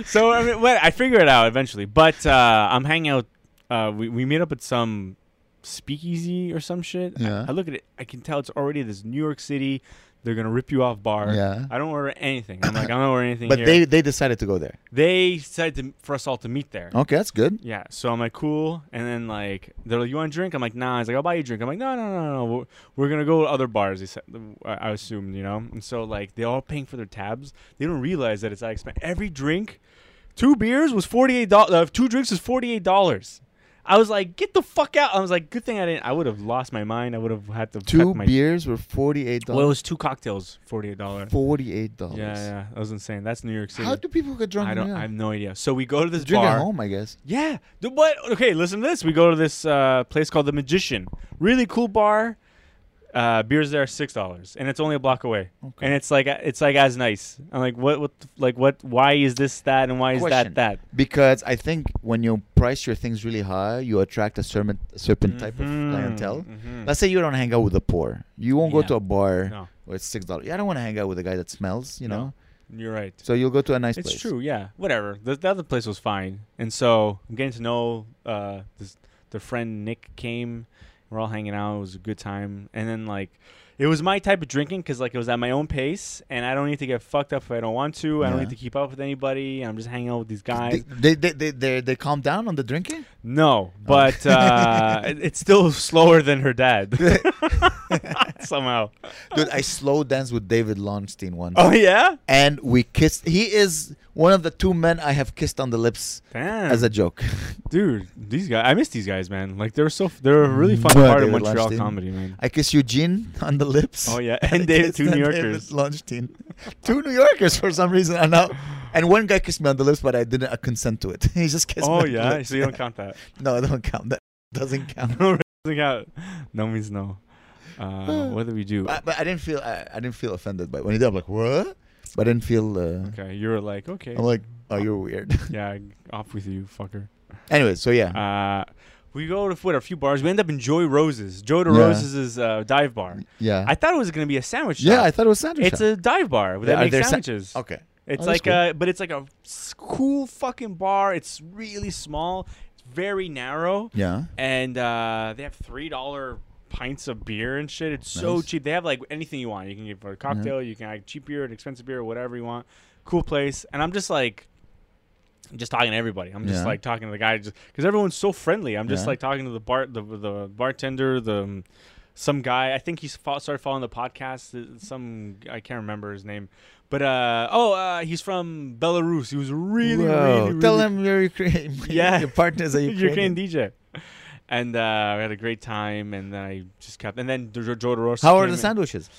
Speaker 1: so I mean, what I figure it out eventually. But uh, I'm hanging out. Uh, we we meet up at some speakeasy or some shit. I-
Speaker 2: Yeah.
Speaker 1: I, look at it. I can tell it's already this New York City. They're gonna rip you off bar.
Speaker 2: Yeah.
Speaker 1: I don't order anything. I'm like, I don't order anything.
Speaker 2: But
Speaker 1: here.
Speaker 2: they they decided to go there.
Speaker 1: they decided to, for us all to meet there.
Speaker 2: Okay, that's good.
Speaker 1: Yeah. So I'm like, cool. And then like, they're like, you want a drink? I'm like, nah. He's like, I'll buy you a drink. I'm like, no, no, no, no. We're, we're gonna go to other bars. He said, I I assumed, you know. And so like, they're all paying for their tabs. They don't realize that it's that expensive. Every drink, two beers was forty eight dollars. Uh, two drinks was forty eight dollars. I was like, get the fuck out. I was like, good thing I didn't. I would have lost my mind. I would have had to
Speaker 2: Two
Speaker 1: cut my.
Speaker 2: beers were forty eight
Speaker 1: Well, it
Speaker 2: dollars.
Speaker 1: was two cocktails, forty eight dollars.
Speaker 2: Forty eight dollars.
Speaker 1: Yeah, yeah. That was insane. That's New York City.
Speaker 2: How do people get drunk?
Speaker 1: I
Speaker 2: in
Speaker 1: don't.
Speaker 2: New
Speaker 1: I
Speaker 2: York?
Speaker 1: have no idea. So we go to this
Speaker 2: drink
Speaker 1: bar.
Speaker 2: at home, I guess.
Speaker 1: Yeah. The, what? Okay, listen to this. We go to this uh, place called The Magician. Really cool bar. Uh, beers there are six dollars, and it's only a block away.
Speaker 2: Okay.
Speaker 1: And it's like uh, it's like as nice. I'm like, what? What? the- Like what? Why is this that? And why is
Speaker 2: Question.
Speaker 1: that that?
Speaker 2: Because I think when you price your things really high, you attract a certain a certain type of
Speaker 1: Mhm,
Speaker 2: clientele.
Speaker 1: mhm.
Speaker 2: Let's say you don't hang out with the poor. You won't go
Speaker 1: Yeah.
Speaker 2: to a bar
Speaker 1: No.
Speaker 2: where it's six dollars. Yeah, I don't want to hang out with a guy that smells. You
Speaker 1: No.
Speaker 2: know.
Speaker 1: You're right.
Speaker 2: So you'll go to a nice
Speaker 1: It's
Speaker 2: place.
Speaker 1: true. Yeah. Whatever. The, the other place was fine, and so I'm getting to know uh, this. Their friend Nick came. We're all hanging out. It was a good time, and then like. It was my type of drinking because like it was at my own pace, and I don't need to get fucked up if I don't want to. I don't
Speaker 2: Yeah.
Speaker 1: need to keep up with anybody. I'm just hanging out with these guys.
Speaker 2: They they they they, they, they calm down on the drinking. Oh.
Speaker 1: No, but uh, it- it's still slower than her dad. somehow.
Speaker 2: Dude, I slow danced with David Lonstein once.
Speaker 1: Oh yeah.
Speaker 2: And we kissed. He is one of the two men I have kissed on the lips
Speaker 1: Damn.
Speaker 2: as a joke.
Speaker 1: Dude, these guys, I miss these guys, man. Like they're so, they're a really fun
Speaker 2: Mwah,
Speaker 1: part of
Speaker 2: David
Speaker 1: Montreal
Speaker 2: Lunchstein.
Speaker 1: comedy, man.
Speaker 2: I kissed Eugene on the lips.
Speaker 1: Oh yeah,
Speaker 2: I
Speaker 1: and David,
Speaker 2: kissed
Speaker 1: two New
Speaker 2: David
Speaker 1: Yorkers.
Speaker 2: Lonstein. Two New Yorkers for some reason. And, now, and one guy kissed me on the lips, but I didn't uh, consent to it. he just kissed me.
Speaker 1: Oh
Speaker 2: on the
Speaker 1: yeah,
Speaker 2: lips.
Speaker 1: so you don't Oh, count that.
Speaker 2: No, I don't count. That doesn't count.
Speaker 1: no, it doesn't count. No means no. Uh, what do we do?
Speaker 2: But, but I didn't feel I, I didn't feel offended by it. when he did. I'm like what? But I didn't feel. Uh,
Speaker 1: Okay, you were like, okay,
Speaker 2: I'm like oh you're weird.
Speaker 1: yeah, off with you, fucker.
Speaker 2: anyway, so yeah.
Speaker 1: Uh, we go to what a few bars. We end up in Joy Roses. Joy to
Speaker 2: Yeah.
Speaker 1: Roses is a dive bar.
Speaker 2: yeah.
Speaker 1: I thought it was gonna be a sandwich.
Speaker 2: yeah,
Speaker 1: shop.
Speaker 2: I thought it was sandwich.
Speaker 1: it's a dive bar that
Speaker 2: Yeah, are there
Speaker 1: makes
Speaker 2: sa-
Speaker 1: sandwiches.
Speaker 2: okay.
Speaker 1: It's
Speaker 2: Oh, that's
Speaker 1: like a, but it's like a s- cool fucking bar. It's really small. It's very narrow,
Speaker 2: Yeah.
Speaker 1: and uh, they have three dollar pints of beer and shit. It's so
Speaker 2: Nice.
Speaker 1: cheap. They have like anything you want. You can get for a cocktail. You can have cheap beer, and expensive beer, whatever you want. Cool place. And I'm just like. Just talking to everybody. I'm just
Speaker 2: Yeah.
Speaker 1: like talking to the guy, just because everyone's so friendly. I'm just
Speaker 2: Yeah.
Speaker 1: like talking to the bar, the, the bartender, the um, some guy. I think he fo- started following the podcast. uh, Some I can't remember his name, but uh, oh, uh, he's from Belarus. He was really,
Speaker 2: Whoa.
Speaker 1: really,
Speaker 2: Tell
Speaker 1: really
Speaker 2: him you're Ukrainian.
Speaker 1: Yeah.
Speaker 2: your partner's a Ukrainian.
Speaker 1: Ukrainian DJ. And uh, we had a great time, and then I just kept. And then Joe DeRosa.
Speaker 2: How are
Speaker 1: came
Speaker 2: the
Speaker 1: in.
Speaker 2: sandwiches?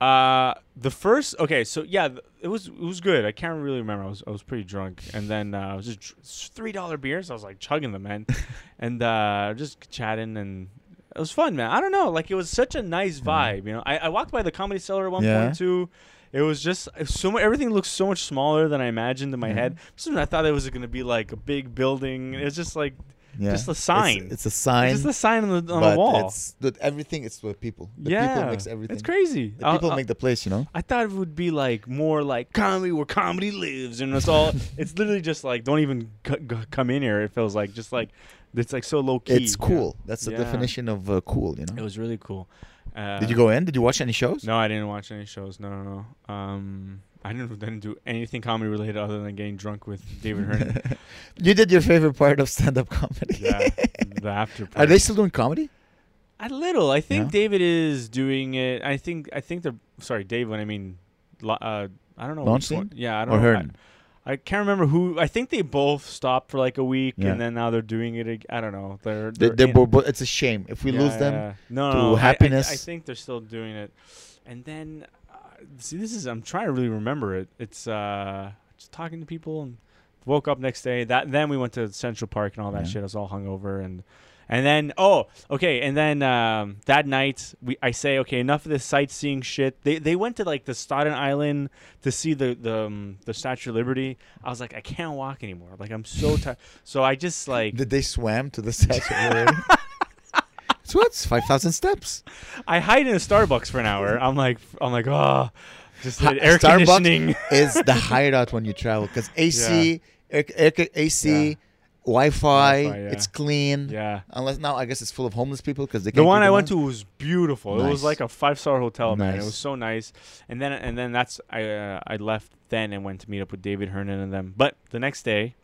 Speaker 1: Uh, the first. Okay, so yeah, th- it was it was good. I can't really remember. I was I was pretty drunk, and then uh, I was just dr- s- three dollar beers. I was like chugging them, man, and uh, just chatting, and it was fun, man. I don't know, like it was such a nice vibe. You know, I, I walked by the comedy cellar at one
Speaker 2: Yeah.
Speaker 1: point too. It was just it was so mu- everything looked so much smaller than I imagined in my head. Soon I thought it was gonna be like a big building. It was just like
Speaker 2: Yeah.
Speaker 1: Just a sign.
Speaker 2: It's, it's a sign.
Speaker 1: just the sign on the on
Speaker 2: but
Speaker 1: the wall.
Speaker 2: It's, dude, everything is the people. The
Speaker 1: yeah,
Speaker 2: people makes everything.
Speaker 1: it's Uh, crazy.
Speaker 2: The
Speaker 1: I'll-
Speaker 2: people
Speaker 1: I'll-
Speaker 2: make the place, you know?
Speaker 1: I thought it would be like more like comedy where comedy lives, and it's all. it's literally just like don't even c- c- come in here. It feels like just like it's like so low key.
Speaker 2: It's cool. That's the
Speaker 1: Yeah.
Speaker 2: definition of uh, cool, you
Speaker 1: It
Speaker 2: know?
Speaker 1: was really cool. Uh,
Speaker 2: Did you go in? Did you watch any shows?
Speaker 1: No, I didn't watch any shows. No, no, no. Um, I didn't, didn't do anything comedy related other than getting drunk with David Hernan.
Speaker 2: You did your favorite part of stand up comedy.
Speaker 1: yeah, the after.
Speaker 2: Are
Speaker 1: party.
Speaker 2: they still doing comedy?
Speaker 1: A little. I think
Speaker 2: Yeah?
Speaker 1: David is doing it. I think. I think they're sorry, Dave. When I mean, lo- uh, I don't know. which
Speaker 2: Launstein?
Speaker 1: one- Yeah, I don't
Speaker 2: Or
Speaker 1: know. I-
Speaker 2: Hearn?
Speaker 1: I can't remember who. I think they both stopped for like a week,
Speaker 2: Yeah.
Speaker 1: and then now they're doing it. ag- I don't know. They're
Speaker 2: They,
Speaker 1: they're
Speaker 2: they're
Speaker 1: in-
Speaker 2: bo- bo- it's a shame. If we
Speaker 1: Yeah,
Speaker 2: lose them,
Speaker 1: yeah. No,
Speaker 2: to
Speaker 1: no, no. I- I- I,
Speaker 2: happiness.
Speaker 1: think they're still doing it. And then, uh, see, this is I'm trying to really remember it. It's uh, just talking to people and woke up next day. That then we went to Central Park and all that
Speaker 2: Yeah.
Speaker 1: shit. I was all hungover and. And then oh okay and then um, that night we I say okay enough of this sightseeing shit they they went to like the Staten Island to see the the, um, the Statue of Liberty I was like I can't walk anymore like I'm so tired so I just like
Speaker 2: Did they swam to the statue? already? so it's five thousand steps.
Speaker 1: I hide in a Starbucks for an hour. I'm like, I'm like, oh, just
Speaker 2: Ha-
Speaker 1: the air
Speaker 2: Starbucks
Speaker 1: conditioning.
Speaker 2: is the hideout when you travel because AC, air, air, co- AC,
Speaker 1: Yeah.
Speaker 2: Wi-Fi,
Speaker 1: Wi-Fi, yeah.
Speaker 2: it's clean.
Speaker 1: yeah.
Speaker 2: Unless now I guess it's full of homeless people because they.
Speaker 1: The
Speaker 2: can't
Speaker 1: one
Speaker 2: keep
Speaker 1: I
Speaker 2: them
Speaker 1: went
Speaker 2: out.
Speaker 1: to was beautiful. It was
Speaker 2: Nice.
Speaker 1: like a five star hotel, man. It
Speaker 2: Nice.
Speaker 1: was so nice. And then and then that's I uh, I left then and went to meet up with David Hernan and them. But the next day,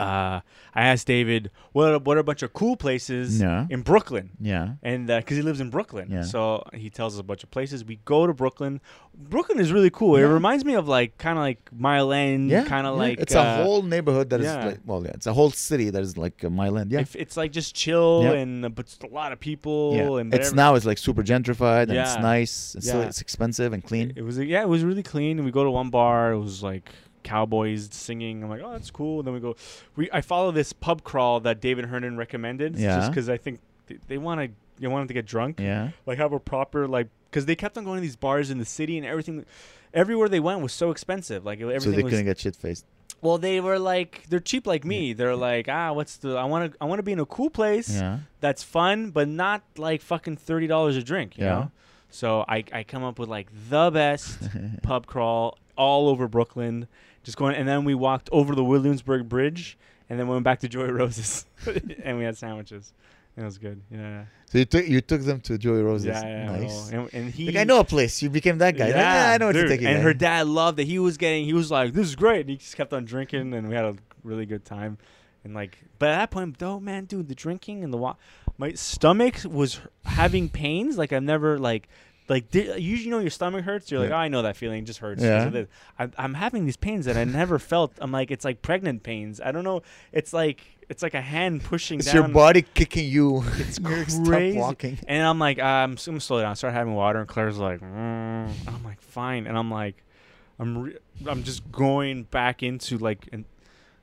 Speaker 1: uh, I asked David what are, what are a bunch of cool places
Speaker 2: Yeah.
Speaker 1: in Brooklyn.
Speaker 2: Yeah.
Speaker 1: and because he lives in Brooklyn,
Speaker 2: Yeah.
Speaker 1: so he tells us a bunch of places. We go to Brooklyn. Brooklyn is really cool. It
Speaker 2: Yeah.
Speaker 1: reminds me of like kind of like Mile End,
Speaker 2: Yeah.
Speaker 1: kind
Speaker 2: yeah.
Speaker 1: of like
Speaker 2: it's
Speaker 1: uh,
Speaker 2: a whole neighborhood that is
Speaker 1: yeah.
Speaker 2: like well yeah it's a whole city that is like a mile end yeah.
Speaker 1: If it's like just chill
Speaker 2: Yeah.
Speaker 1: and uh, but just a lot of people
Speaker 2: yeah.
Speaker 1: and
Speaker 2: It's
Speaker 1: whatever.
Speaker 2: now it's like super gentrified and it's
Speaker 1: Yeah.
Speaker 2: nice. It's, still,
Speaker 1: Yeah.
Speaker 2: it's expensive and clean.
Speaker 1: It was uh, yeah, it was really clean. And we go to one bar. It was like cowboys singing. I'm like, oh, that's cool. And then we go. We I follow this pub crawl that David Hernan recommended.
Speaker 2: Yeah.
Speaker 1: just because I think they, they want to they wanted to get drunk.
Speaker 2: yeah.
Speaker 1: like have a proper like because they kept on going to these bars in the city and everything everywhere they went was so expensive like everything
Speaker 2: So they
Speaker 1: was
Speaker 2: couldn't get shit faced.
Speaker 1: well they were like they're cheap like me they're like ah what's the i want to i want to be in a cool place
Speaker 2: Yeah.
Speaker 1: that's fun but not like fucking $30 a drink you
Speaker 2: Yeah.
Speaker 1: know so i i come up with like the best pub crawl all over brooklyn just going and then we walked over the williamsburg bridge and then went back to joy roses and we had sandwiches it was good yeah
Speaker 2: So you took you took them to Joey Rose's.
Speaker 1: yeah, yeah well,
Speaker 2: nice.
Speaker 1: and, and he
Speaker 2: Like I know a place. You became that guy. Yeah, I know what you're
Speaker 1: dude.
Speaker 2: thinking.
Speaker 1: And
Speaker 2: yeah.
Speaker 1: her dad loved it. He was getting. He was like, "This is great." And he just kept on drinking, and we had a really good time. And like, but at that point, though, man, dude, the drinking and the wa- My stomach was h- having pains like I've never like like di- you, you know your stomach hurts. You're like
Speaker 2: Yeah.
Speaker 1: oh, I know that feeling. It just hurts.
Speaker 2: Yeah.
Speaker 1: Yeah. I'm, I'm having these pains that I never felt. I'm like it's like pregnant pains. I don't know. It's like it's like a hand pushing
Speaker 4: It's
Speaker 1: down.
Speaker 4: your body kicking you.
Speaker 1: It's
Speaker 4: You're stuck
Speaker 1: crazy.
Speaker 4: walking.
Speaker 1: And I'm like, "Ah, I'm, s- I'm slow down. I start having water, and Claire's like, mm. and I'm like, fine. And I'm like, I'm re- I'm just going back into like and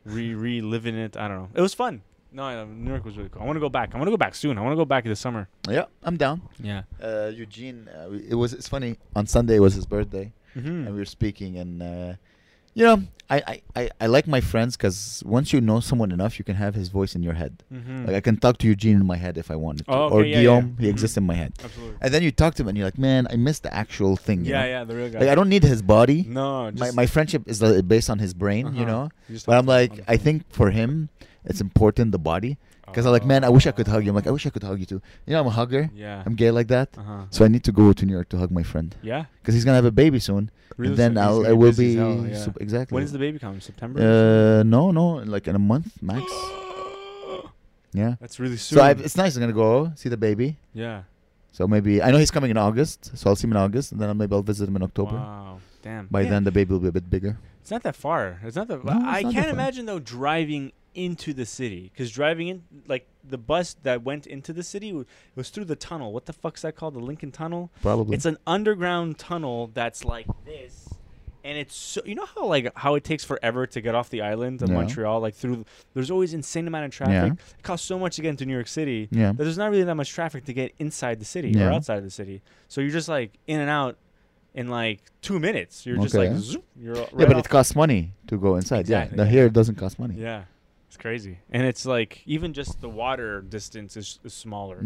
Speaker 1: re reliving it. I don't know. It was fun. No, I- New York was really cool. I want to go back. I want to go back soon. I want to go back this summer.
Speaker 2: Yeah, I'm down.
Speaker 1: Yeah.
Speaker 2: Uh, Eugene, uh, we- it was. It's funny. On Sunday was his birthday,
Speaker 1: hmm
Speaker 2: and we were speaking, and uh, you know, I, I, I, I like my friends because once you know someone enough, you can have his voice in your head.
Speaker 1: hmm
Speaker 2: Like I can talk to Eugene in my head if I wanted to,
Speaker 1: Oh, okay,
Speaker 2: or
Speaker 1: yeah, yeah.
Speaker 2: Guillaume. He
Speaker 1: Mhm.
Speaker 2: exists in my head,
Speaker 1: Absolutely.
Speaker 2: and then you talk to him, and you're like, man, I miss the actual thing. you
Speaker 1: yeah,
Speaker 2: know?
Speaker 1: yeah, the real guy.
Speaker 2: Like I don't need his body.
Speaker 1: No,
Speaker 2: my,
Speaker 1: just,
Speaker 2: my friendship is uh, based on his brain, you
Speaker 1: Uh-huh.
Speaker 2: know.
Speaker 1: you just
Speaker 2: But
Speaker 1: talk
Speaker 2: I'm
Speaker 1: to him
Speaker 2: like,
Speaker 1: on the
Speaker 2: I
Speaker 1: phone.
Speaker 2: think for him, it's important the body. Because I'm like, man, I wish I could hug you. I'm like, I wish I could hug you too. You know, I'm a hugger.
Speaker 1: Oh. Yeah.
Speaker 2: I'm gay like that.
Speaker 1: Uh-huh.
Speaker 2: So I need to go to New York to hug my friend.
Speaker 1: Yeah.
Speaker 2: Because he's gonna have a baby soon,
Speaker 1: Really
Speaker 2: and then
Speaker 1: soon. He's
Speaker 2: I'll
Speaker 1: gonna
Speaker 2: I will
Speaker 1: busy
Speaker 2: be
Speaker 1: as hell, yeah.
Speaker 2: sup- exactly.
Speaker 1: When does the baby come? September.
Speaker 2: Uh, no, no, like in a month max. yeah.
Speaker 1: That's really soon.
Speaker 2: So I, it's nice. I'm gonna go see the baby.
Speaker 1: yeah.
Speaker 2: So maybe I know he's coming in August, so I'll see him in August, and then I'll- maybe I'll visit him in October.
Speaker 1: Wow. Damn.
Speaker 2: By
Speaker 1: Yeah.
Speaker 2: then the baby will be a bit bigger.
Speaker 1: It's not that far. It's not that.
Speaker 2: No, it's
Speaker 1: I
Speaker 2: not that
Speaker 1: can't
Speaker 2: far.
Speaker 1: imagine though driving into the city because driving in like the bus that went into the city w- was through the tunnel. What the fuck's that called? The Lincoln Tunnel.
Speaker 2: Probably.
Speaker 1: It's an underground tunnel that's like this, and it's so you know how like how it takes forever to get off the island of
Speaker 2: Yeah.
Speaker 1: Montreal. Like through, there's always insane amount of traffic. It costs so much to get into New York City
Speaker 2: yeah.
Speaker 1: that there's not really that much traffic to get inside the city or
Speaker 2: Yeah.
Speaker 1: outside of the city. So you're just like in and out in like two minutes. You're just like
Speaker 2: Okay.
Speaker 1: zoop, you're right
Speaker 2: yeah, but
Speaker 1: off-
Speaker 2: it costs money to go inside.
Speaker 1: Exactly,
Speaker 2: yeah, now
Speaker 1: yeah.
Speaker 2: here it doesn't cost money. Yeah.
Speaker 1: Yeah, it's crazy, and it's like even just the water distance is, is smaller.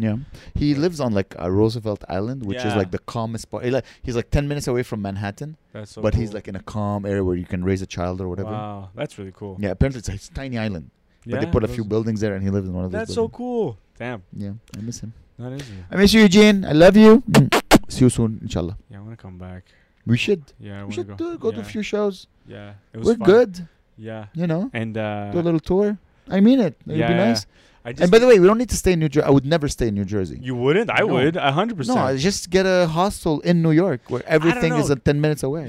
Speaker 2: he lives on like uh, Roosevelt Island, which is
Speaker 1: Yeah.
Speaker 2: like the calmest part. He, like, he's like ten minutes away from Manhattan,
Speaker 1: That's so.
Speaker 2: but he's
Speaker 1: cool.
Speaker 2: like in a calm area where you can raise a child or whatever.
Speaker 1: wow, that's really cool.
Speaker 2: Yeah, apparently it's a it's a tiny island, but they
Speaker 1: Yeah,
Speaker 2: put a
Speaker 1: those-
Speaker 2: few buildings there, and he lives in one of those.
Speaker 1: That's so
Speaker 2: buildings.
Speaker 1: cool. Damn,
Speaker 2: Yeah, I miss him.
Speaker 1: that is. it.
Speaker 2: I miss you, Eugene. I love you. See you soon, inshallah.
Speaker 1: Yeah, I want to come back.
Speaker 2: We should.
Speaker 1: Yeah, I
Speaker 2: We
Speaker 1: want to
Speaker 2: should
Speaker 1: go.
Speaker 2: do, go
Speaker 1: yeah.
Speaker 2: to a few shows.
Speaker 1: Yeah, it was
Speaker 2: We're
Speaker 1: fun.
Speaker 2: good,
Speaker 1: Yeah,
Speaker 2: you know.
Speaker 1: and uh,
Speaker 2: do a little tour. I mean it. It'd
Speaker 1: yeah,
Speaker 2: be nice.
Speaker 1: I just,
Speaker 2: And by the way, we don't need to stay in New Jersey. I would never stay in New Jersey.
Speaker 1: you wouldn't. I
Speaker 2: No.
Speaker 1: would. A hundred percent.
Speaker 2: No, I just get a hostel in New York where everything is
Speaker 1: know.
Speaker 2: at ten minutes away.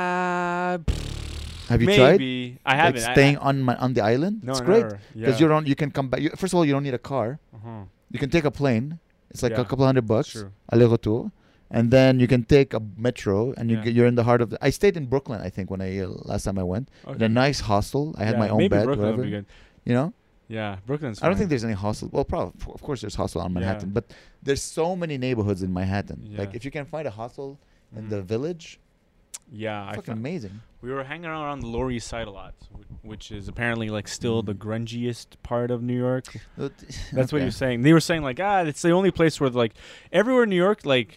Speaker 1: Yeah.
Speaker 2: Have you tried?
Speaker 1: maybe. I haven't.
Speaker 2: Like
Speaker 1: I-
Speaker 2: staying
Speaker 1: I,
Speaker 2: on my, on the island.
Speaker 1: no,
Speaker 2: it's great
Speaker 1: never.
Speaker 2: because
Speaker 1: Yeah.
Speaker 2: you don't. You can come back. You, first of all, you don't need a car.
Speaker 1: Uh-huh.
Speaker 2: You can take a plane. It's like
Speaker 1: Yeah,
Speaker 2: a couple hundred bucks
Speaker 1: true.
Speaker 2: aller retour, and then you can take a metro, and you
Speaker 1: Yeah.
Speaker 2: get, you're in the heart of. The, I stayed in Brooklyn, I think, when I uh, last time I went. In a
Speaker 1: Okay.
Speaker 2: nice hostel. I had
Speaker 1: Yeah,
Speaker 2: my own
Speaker 1: maybe
Speaker 2: bed.
Speaker 1: Brooklyn
Speaker 2: whatever.
Speaker 1: would be good.
Speaker 2: You know,
Speaker 1: Yeah, Brooklyn's.
Speaker 2: I don't
Speaker 1: fine.
Speaker 2: think there's any hostel. Well, probably of course there's hostel on
Speaker 1: Yeah.
Speaker 2: Manhattan, but there's so many neighborhoods in Manhattan. Like
Speaker 1: Yeah.
Speaker 2: if you can find a hostel in
Speaker 1: Mhm.
Speaker 2: the village,
Speaker 1: Yeah, I
Speaker 2: fucking
Speaker 1: found,
Speaker 2: amazing.
Speaker 1: we were hanging around the Lower East Side a lot, wh- which is apparently like still
Speaker 2: Mm-hmm.
Speaker 1: the grungiest part of New York. That's what he was saying. They were saying like, ah, it's the only place where like everywhere in New York, like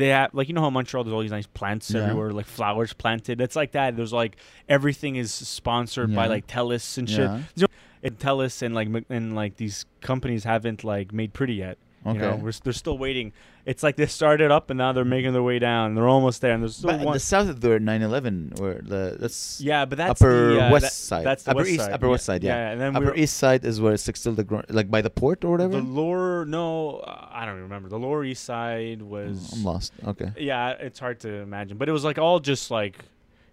Speaker 1: they have like you know how in Montreal there's all these nice plants
Speaker 2: Yeah.
Speaker 1: everywhere, like flowers planted. It's like that. There's like everything is sponsored by
Speaker 2: Yeah.
Speaker 1: like Telus and shit.
Speaker 2: Yeah.
Speaker 1: And Telus and like Mc- and like these companies haven't like made pretty yet. You know,
Speaker 2: Okay.
Speaker 1: we're, s- they're still waiting. It's like they started up and now they're making their way down. They're almost there, and there's still
Speaker 2: But in
Speaker 1: one.
Speaker 2: the south of the 9/11, where the that's
Speaker 1: Yeah, but that's
Speaker 2: upper
Speaker 1: the, uh,
Speaker 2: west
Speaker 1: that-
Speaker 2: side.
Speaker 1: That's the
Speaker 2: upper
Speaker 1: west
Speaker 2: east,
Speaker 1: side.
Speaker 2: upper west side. Yeah.
Speaker 1: and then we
Speaker 2: upper
Speaker 1: were,
Speaker 2: east side is where it's like still the gro- like by the port or whatever.
Speaker 1: The lower, no, uh, I don't even remember. The lower east side was.
Speaker 2: Mm, I'm lost. Okay.
Speaker 1: Yeah, it's hard to imagine, but it was like all just like,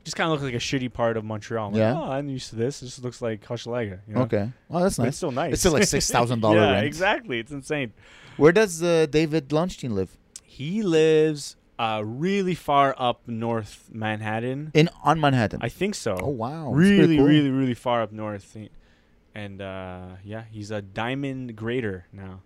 Speaker 1: just kind of looked like a shitty part of Montreal. I'm
Speaker 2: Yeah.
Speaker 1: like, oh, I'm used to this. This looks like Hochelaga. You know?
Speaker 2: Okay. Oh, that's
Speaker 1: But It's
Speaker 2: nice.
Speaker 1: still nice.
Speaker 2: It's still like $6,000
Speaker 1: Yeah,
Speaker 2: rent.
Speaker 1: exactly. It's insane.
Speaker 2: Where does uh, David Launstein live?
Speaker 1: He lives uh, really far up north Manhattan.
Speaker 2: In on Manhattan.
Speaker 1: I think so.
Speaker 2: oh wow. That's pretty
Speaker 1: really,
Speaker 2: cool.
Speaker 1: really, really far up north. He- And uh, yeah, he's a diamond grader now.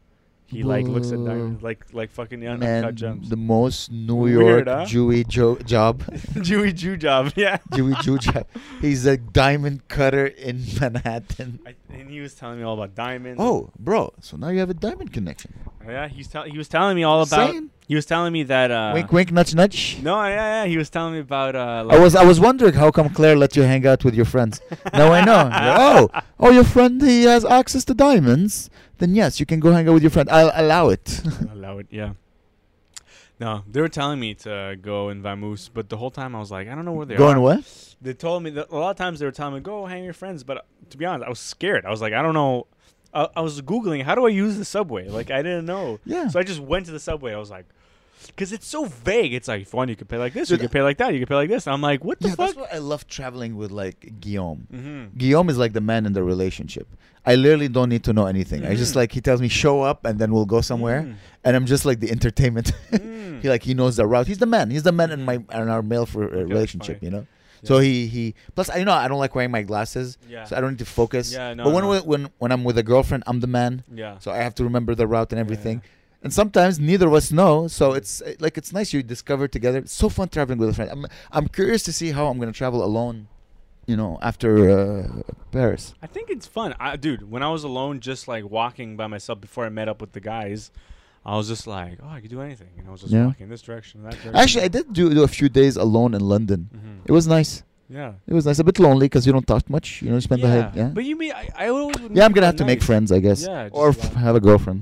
Speaker 1: He like looks at
Speaker 2: Whoa.
Speaker 1: diamonds like like fucking the uncut
Speaker 2: And
Speaker 1: gems.
Speaker 2: the most New York
Speaker 1: Weird, huh?
Speaker 2: Jewy jo- job.
Speaker 1: Jewy Jew job, yeah.
Speaker 2: Jewy Jew job. He's a diamond cutter in Manhattan.
Speaker 1: I, and he was telling me all about diamonds.
Speaker 2: Oh, bro. So now you have a diamond connection.
Speaker 1: yeah. He's tell he was telling me all about.
Speaker 2: Same.
Speaker 1: He was telling me that. Uh,
Speaker 2: wink, wink, nudge, nudge.
Speaker 1: No, yeah, yeah. He was telling me about. Uh,
Speaker 2: I was I was wondering how come Claire let you hang out with your friends. Now I know. You're, oh, oh, your friend he has access to diamonds. Then yes, you can go hang out with your friend. I'll allow it.
Speaker 1: Allow it, yeah. No, they were telling me to go in Vamoose, but the whole time I was like, I don't know where they are.
Speaker 2: Going what?
Speaker 1: they told me that a lot of times they were telling me go hang your friends but uh, to be honest i was scared i was like i don't know I, I was googling how do I use the subway? Like I didn't know.
Speaker 2: Yeah.
Speaker 1: So I just went to the subway. I was like, because it's so vague. It's like if you want, you could pay like this. You
Speaker 2: Yeah.
Speaker 1: could pay like that. You could pay like this. I'm like, what the
Speaker 2: yeah,
Speaker 1: fuck?
Speaker 2: that's why I love traveling with like Guillaume.
Speaker 1: Mhm.
Speaker 2: Guillaume is like the man in the relationship. I literally don't need to know anything. I just
Speaker 1: Mhm.
Speaker 2: like he tells me show up and then we'll go somewhere,
Speaker 1: Mhm.
Speaker 2: and I'm just like the entertainment.
Speaker 1: Mm.
Speaker 2: he like he knows the route. He's the man. He's the man in
Speaker 1: Mhm.
Speaker 2: my in our male for, uh,
Speaker 1: that's
Speaker 2: relationship.
Speaker 1: funny.
Speaker 2: You know. So he he plus I you know I don't like wearing my glasses,
Speaker 1: Mm-hmm. Yeah.
Speaker 2: so I don't need to focus.
Speaker 1: Yeah, no,
Speaker 2: but when,
Speaker 1: no.
Speaker 2: we- when when I'm with a girlfriend, I'm the man,
Speaker 1: yeah.
Speaker 2: so I have to remember the route and
Speaker 1: Yeah,
Speaker 2: everything.
Speaker 1: yeah.
Speaker 2: And sometimes neither of us know, so it's uh, like it's nice you discover together. It's so fun traveling with a friend. I'm I'm curious to see how I'm gonna travel alone, you know, after uh, Paris.
Speaker 1: I think it's fun, I, dude. When I was alone, just like walking by myself before I met up with the guys, I was just like, oh, I could do anything. And I was just
Speaker 2: Yeah.
Speaker 1: walking this direction, that direction.
Speaker 2: Actually, I did do, do a few days alone in London.
Speaker 1: Mhm.
Speaker 2: It was nice.
Speaker 1: yeah.
Speaker 2: It was nice. A bit lonely because you don't talk much. You know, you spend the head. Yeah.
Speaker 1: But you mean I, I always would
Speaker 2: yeah, I'm
Speaker 1: meet
Speaker 2: gonna
Speaker 1: at
Speaker 2: have to make
Speaker 1: night.
Speaker 2: friends, I guess,
Speaker 1: Yeah, just
Speaker 2: or f-
Speaker 1: like-
Speaker 2: have a girlfriend,